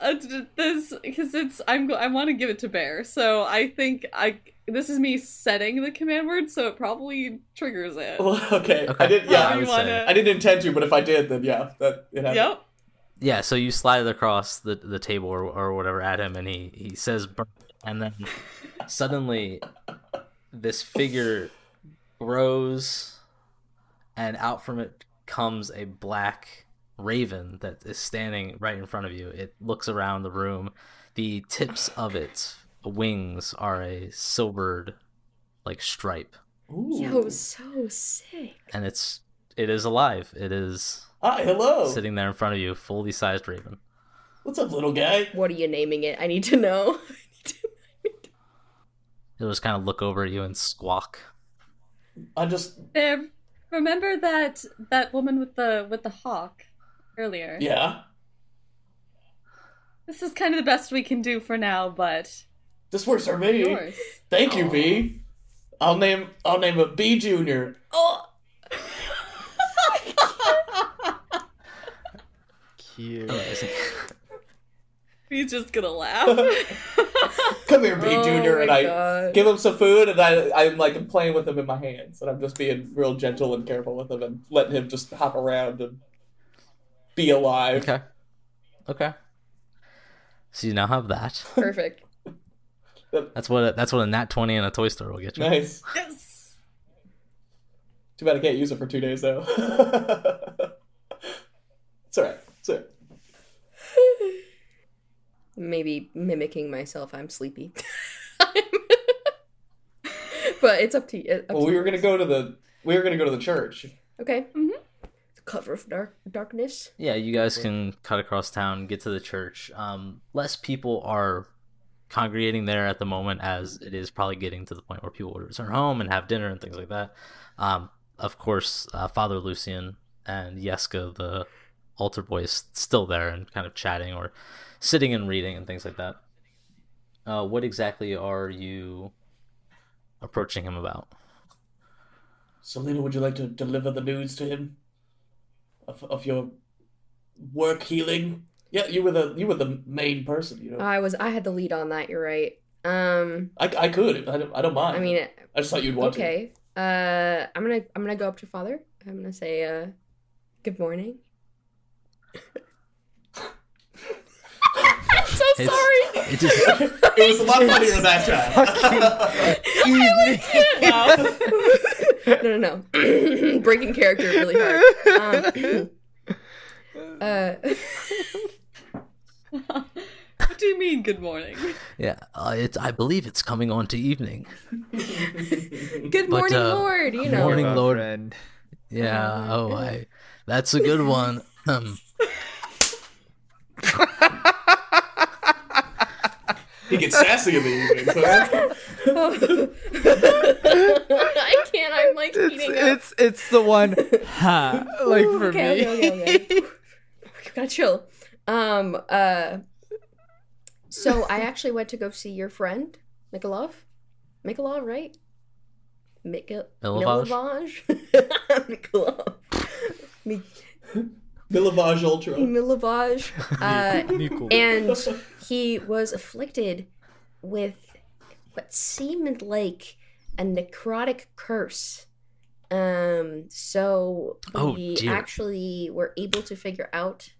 Speaker 1: uh, d- this because it's I'm go- I want to give it to Bear, so I think I this is me setting the command word, so it probably triggers it.
Speaker 4: Well, okay.
Speaker 2: Okay.
Speaker 4: I did. Yeah,
Speaker 1: However
Speaker 4: I,
Speaker 6: Um,
Speaker 2: would
Speaker 1: you
Speaker 2: say.
Speaker 1: wanna-
Speaker 4: I didn't intend to, but if I did, then yeah, that it happened.
Speaker 1: Yep.
Speaker 2: Yeah, so you slide it across the, the table or, or whatever at him, and he, he says, "Burn," and then suddenly this figure grows, and out from it comes a black raven that is standing right in front of you. It looks around the room. The tips of its wings are a silvered, like stripe,
Speaker 4: Ooh.
Speaker 6: Yo, so sick.
Speaker 2: and it's it is alive. It is
Speaker 4: Hi, hello.
Speaker 2: sitting there in front of you, fully sized raven.
Speaker 4: What's up, little guy?
Speaker 6: What are you naming it? I need to know.
Speaker 2: It'll just kind of look over at you and squawk.
Speaker 4: I just.
Speaker 1: Bear, remember that that woman with the with the hawk earlier.
Speaker 4: Yeah.
Speaker 1: This is kind of the best we can do for now, but
Speaker 4: This works for me.
Speaker 1: yours.
Speaker 4: Thank you, B. I'll name. I'll name a B Junior.
Speaker 6: Oh,
Speaker 5: Cute.
Speaker 2: Amazing.
Speaker 1: He's just gonna laugh.
Speaker 4: Come here, B
Speaker 3: Oh
Speaker 4: Junior, and I
Speaker 6: Oh God.
Speaker 4: give him some food, and I I'm like playing with him in my hands, and I'm just being real gentle and careful with him, and letting him just hop around and be alive.
Speaker 2: Okay. Okay. So you now have that.
Speaker 6: Perfect.
Speaker 2: That's what a, that's what a nat twenty and a toy store will get you.
Speaker 4: Nice.
Speaker 1: yes.
Speaker 4: Too bad I can't use it for two days though. it's alright. It's alright.
Speaker 6: Maybe mimicking myself. I'm sleepy. but it's up to you. up
Speaker 4: Well,
Speaker 6: to
Speaker 4: we
Speaker 6: you.
Speaker 4: were gonna go to the we were gonna go to the church.
Speaker 6: Okay.
Speaker 1: Mhm.
Speaker 6: The cover of dark darkness.
Speaker 2: Yeah, you guys can cut across town, get to the church. Um, less people are congregating there at the moment, as it is probably getting to the point where people would return home and have dinner and things like that. Um, of course, uh, Father Lucian and Yeska, the altar boy, is still there and kind of chatting or sitting and reading and things like that. Uh, what exactly are you approaching him about?
Speaker 4: Selena, would you like to deliver the news to him of of your work healing? Yeah, you were the you were the main person. You know, I
Speaker 6: I was. I had the lead on that. You're right. Um.
Speaker 4: I, could. I don't, I don't mind.
Speaker 6: I mean,
Speaker 4: I just thought you'd want to.
Speaker 6: okay. Uh. I'm gonna. I'm gonna go up to father. I'm gonna say. Uh. Good morning. I'm so
Speaker 2: It's-
Speaker 6: sorry.
Speaker 2: It just
Speaker 4: It was a lot funnier that time.
Speaker 6: no, no, no. Breaking character really hard. Um, uh,
Speaker 1: what do you mean, good morning?
Speaker 2: yeah, uh, it's I believe it's coming on to evening.
Speaker 6: good morning,
Speaker 2: uh,
Speaker 6: Lord. You
Speaker 2: good
Speaker 6: know.
Speaker 2: morning. Lord.
Speaker 5: Friend.
Speaker 2: Yeah. Oh, I. That's a good one. Um,
Speaker 4: He gets sassy in the evening. So.
Speaker 6: I can't. I'm like
Speaker 5: It's
Speaker 6: eating up.
Speaker 5: it's it's the one ha like
Speaker 3: Ooh,
Speaker 5: for
Speaker 3: okay,
Speaker 5: me.
Speaker 3: okay, okay, You gotta chill. Um. Uh. So I actually went to go see your friend Mikolov. Mikolov, right? Mikil
Speaker 2: Milovage?
Speaker 3: Milovage. Mikolov. Mi-
Speaker 4: Millivage Ultra.
Speaker 3: Milovage. Uh,
Speaker 5: Nickel.
Speaker 3: and he was afflicted with what seemed like a necrotic curse. Um, so
Speaker 2: Oh,
Speaker 3: we
Speaker 2: dear.
Speaker 3: actually were able to figure out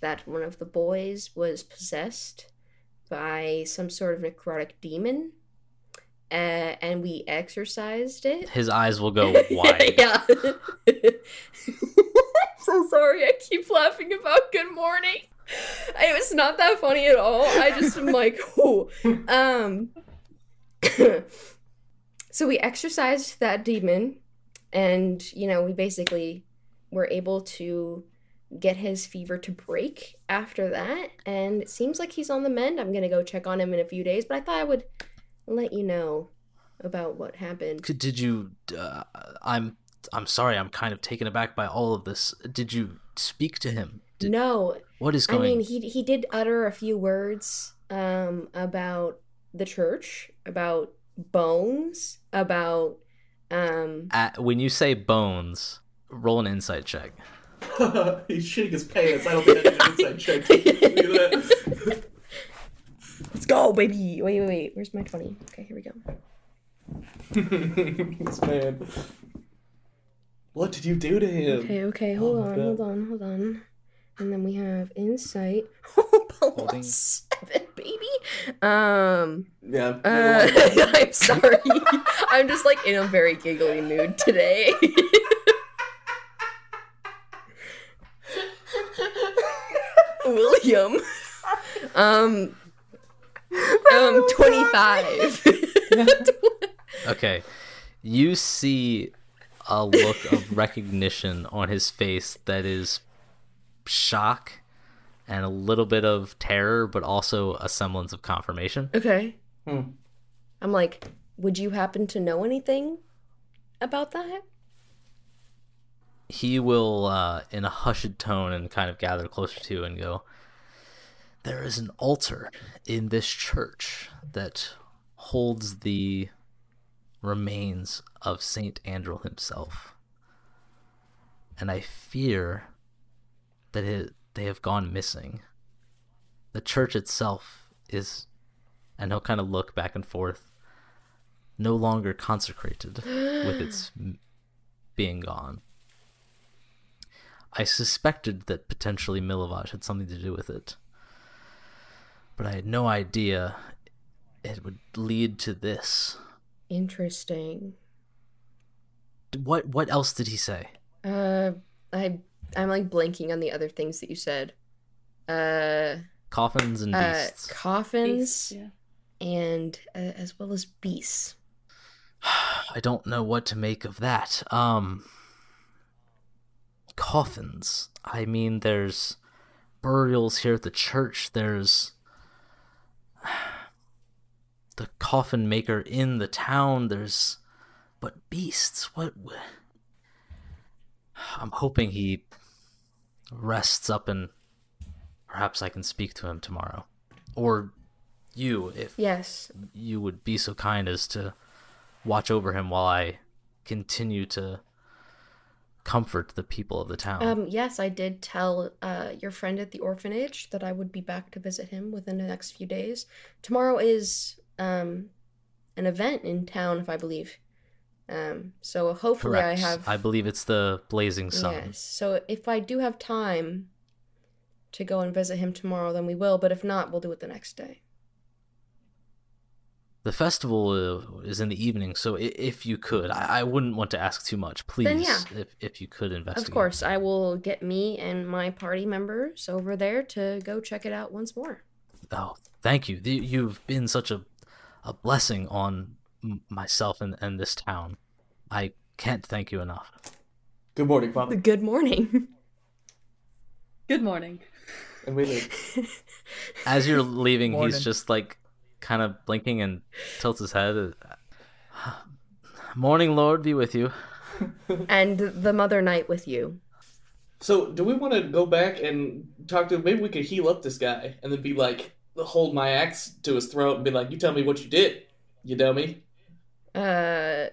Speaker 3: that one of the boys was possessed by some sort of necrotic demon, uh, and we exorcised it.
Speaker 2: His eyes will go wide.
Speaker 3: yeah.
Speaker 6: so sorry. I keep laughing about Good Morning.
Speaker 3: it was not that funny at all. I just am like, oh. Um, so we exorcised that demon, and you know, we basically were able to get his fever to break after that. And it seems like he's on the mend. I'm gonna go check on him in a few days, but I thought I would let you know about what happened.
Speaker 2: Could- Did you? Uh, I'm I'm sorry. I'm kind of taken aback by all of this. Did you speak to him? Did,
Speaker 3: no,
Speaker 2: What is
Speaker 3: I
Speaker 2: going?
Speaker 3: mean, he he did utter a few words um, about the church, about bones, about um,
Speaker 2: At, when you say bones, roll an insight check.
Speaker 4: He's shitting his pants. I don't think that's an inside check. Look at that.
Speaker 3: let's go, baby. Wait, wait, wait. Where's my twenty? Okay, here we go.
Speaker 4: this man. What did you do to him?
Speaker 3: Okay, okay. Hold
Speaker 4: Oh my
Speaker 3: on,
Speaker 4: God.
Speaker 3: hold on, hold on. And then we have insight. Oh, plus seven, baby. Um,
Speaker 4: Yeah.
Speaker 3: uh, I'm sorry. I'm just like in a very giggly mood today. William. Um, um, 25.
Speaker 2: Okay, you see a look of recognition on his face that is shock and a little bit of terror, but also a semblance of confirmation.
Speaker 3: okay.
Speaker 4: Hmm.
Speaker 3: I'm like, would you happen to know anything about that?
Speaker 2: he will uh, in a hushed tone and kind of gather closer to you and go there is an altar in this church that holds the remains of saint andrew himself and i fear that it, they have gone missing the church itself is and he'll kind of look back and forth no longer consecrated with its m- being gone I suspected that potentially Milovac had something to do with it. But I had no idea it would lead to this.
Speaker 3: Interesting.
Speaker 2: What what else did he say?
Speaker 3: Uh, I I'm like blanking on the other things that you said. Uh,
Speaker 2: Coffins and
Speaker 3: uh
Speaker 2: beasts.
Speaker 3: coffins
Speaker 1: Yeah.
Speaker 3: and uh, as well as beasts.
Speaker 2: I don't know what to make of that. Um coffins. I mean there's burials here at the church. There's the coffin maker in the town. There's but beasts. What w- I'm hoping he rests up and perhaps I can speak to him tomorrow. Or you if
Speaker 3: Yes.
Speaker 2: you would be so kind as to watch over him while I continue to comfort the people of the town.
Speaker 3: Um. Yes, I did tell uh your friend at the orphanage that I would be back to visit him within the next few days. Tomorrow is um an event in town, if I believe. Um. So hopefully
Speaker 2: Correct.
Speaker 3: I have.
Speaker 2: believe it's the blazing sun.
Speaker 3: Yes. So if I do have time to go and visit him tomorrow, then we will. But if not, we'll do it the next day.
Speaker 2: The festival uh, is in the evening, so i- if you could, I, I wouldn't want to ask too much. Please,
Speaker 3: yeah.
Speaker 2: if if you could investigate.
Speaker 3: Of course, I will get me and my party members over there to go check it out once more.
Speaker 2: Oh, thank you. The- You've been such a a blessing on m- myself and, and this town. I can't thank you enough.
Speaker 4: Good morning, Father.
Speaker 3: Good morning.
Speaker 1: Good morning.
Speaker 4: And we leave.
Speaker 2: As you're leaving,
Speaker 5: Morning.
Speaker 2: he's just like kind of blinking and tilts his head. Morning, Lord, be with you.
Speaker 3: and the Mother Knight with you.
Speaker 4: So, do we want to go back and talk to? Maybe we could heal up this guy and then be like, hold my axe to his throat and be like, "You tell me what you did, you dummy."
Speaker 3: Uh,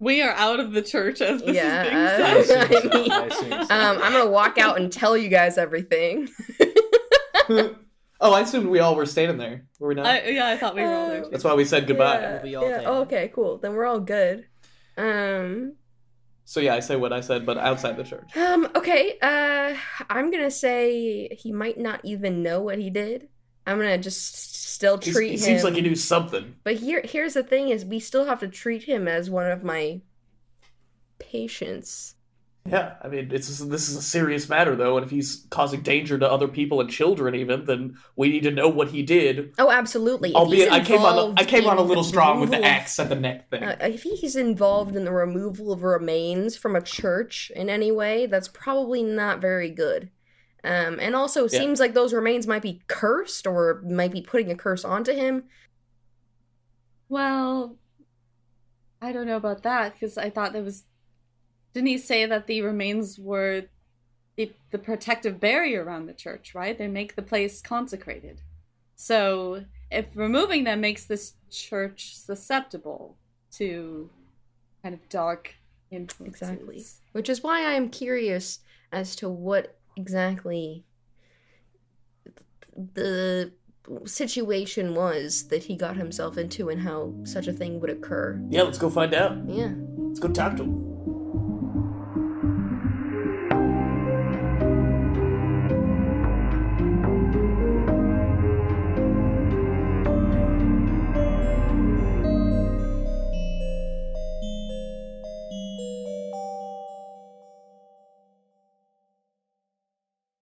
Speaker 1: We are out of the church as this
Speaker 3: Yeah.
Speaker 1: is being said.
Speaker 3: I mean, um, I'm gonna walk out and tell you guys everything.
Speaker 4: oh, I assumed we all were standing there. Were we not?
Speaker 1: I, yeah, I thought we were all there.
Speaker 4: That's why we said goodbye.
Speaker 3: Yeah,
Speaker 5: We'll be all
Speaker 3: yeah.
Speaker 5: dead.
Speaker 3: Oh, okay, cool. Then we're all good. Um,
Speaker 4: So yeah, I say what I said, but outside the church.
Speaker 3: um, okay. Uh, I'm gonna say he might not even know what he did. I'm gonna just s- still
Speaker 4: He-
Speaker 3: treat
Speaker 4: he
Speaker 3: him.
Speaker 4: seems like he knew something.
Speaker 3: But here, here's the thing: is we still have to treat him as one of my patients.
Speaker 4: Yeah, I mean, it's this is a serious matter though, and if he's causing danger to other people and children, even, then we need to know what he did.
Speaker 3: Oh, absolutely. If
Speaker 4: Albeit,
Speaker 3: he's
Speaker 4: I came on
Speaker 3: involved
Speaker 4: I came on a
Speaker 3: in
Speaker 4: little strong with the
Speaker 3: removal of-
Speaker 4: axe at the neck thing.
Speaker 3: Uh, if he's involved in the removal of remains from a church in any way, that's probably not very good. Um, and also, it
Speaker 4: Yeah.
Speaker 3: seems like those remains might be cursed or might be putting a curse onto him.
Speaker 1: Well, I don't know about that because I thought that was. Didn't he say that the remains were the, the protective barrier around the church, right? They make the place consecrated. So if removing them makes this church susceptible to kind of dark influences.
Speaker 3: Exactly. Which is why I am curious as to what exactly the situation was that he got himself into and how such a thing would occur.
Speaker 4: Yeah, let's go find out.
Speaker 3: Yeah.
Speaker 4: Let's go talk to him.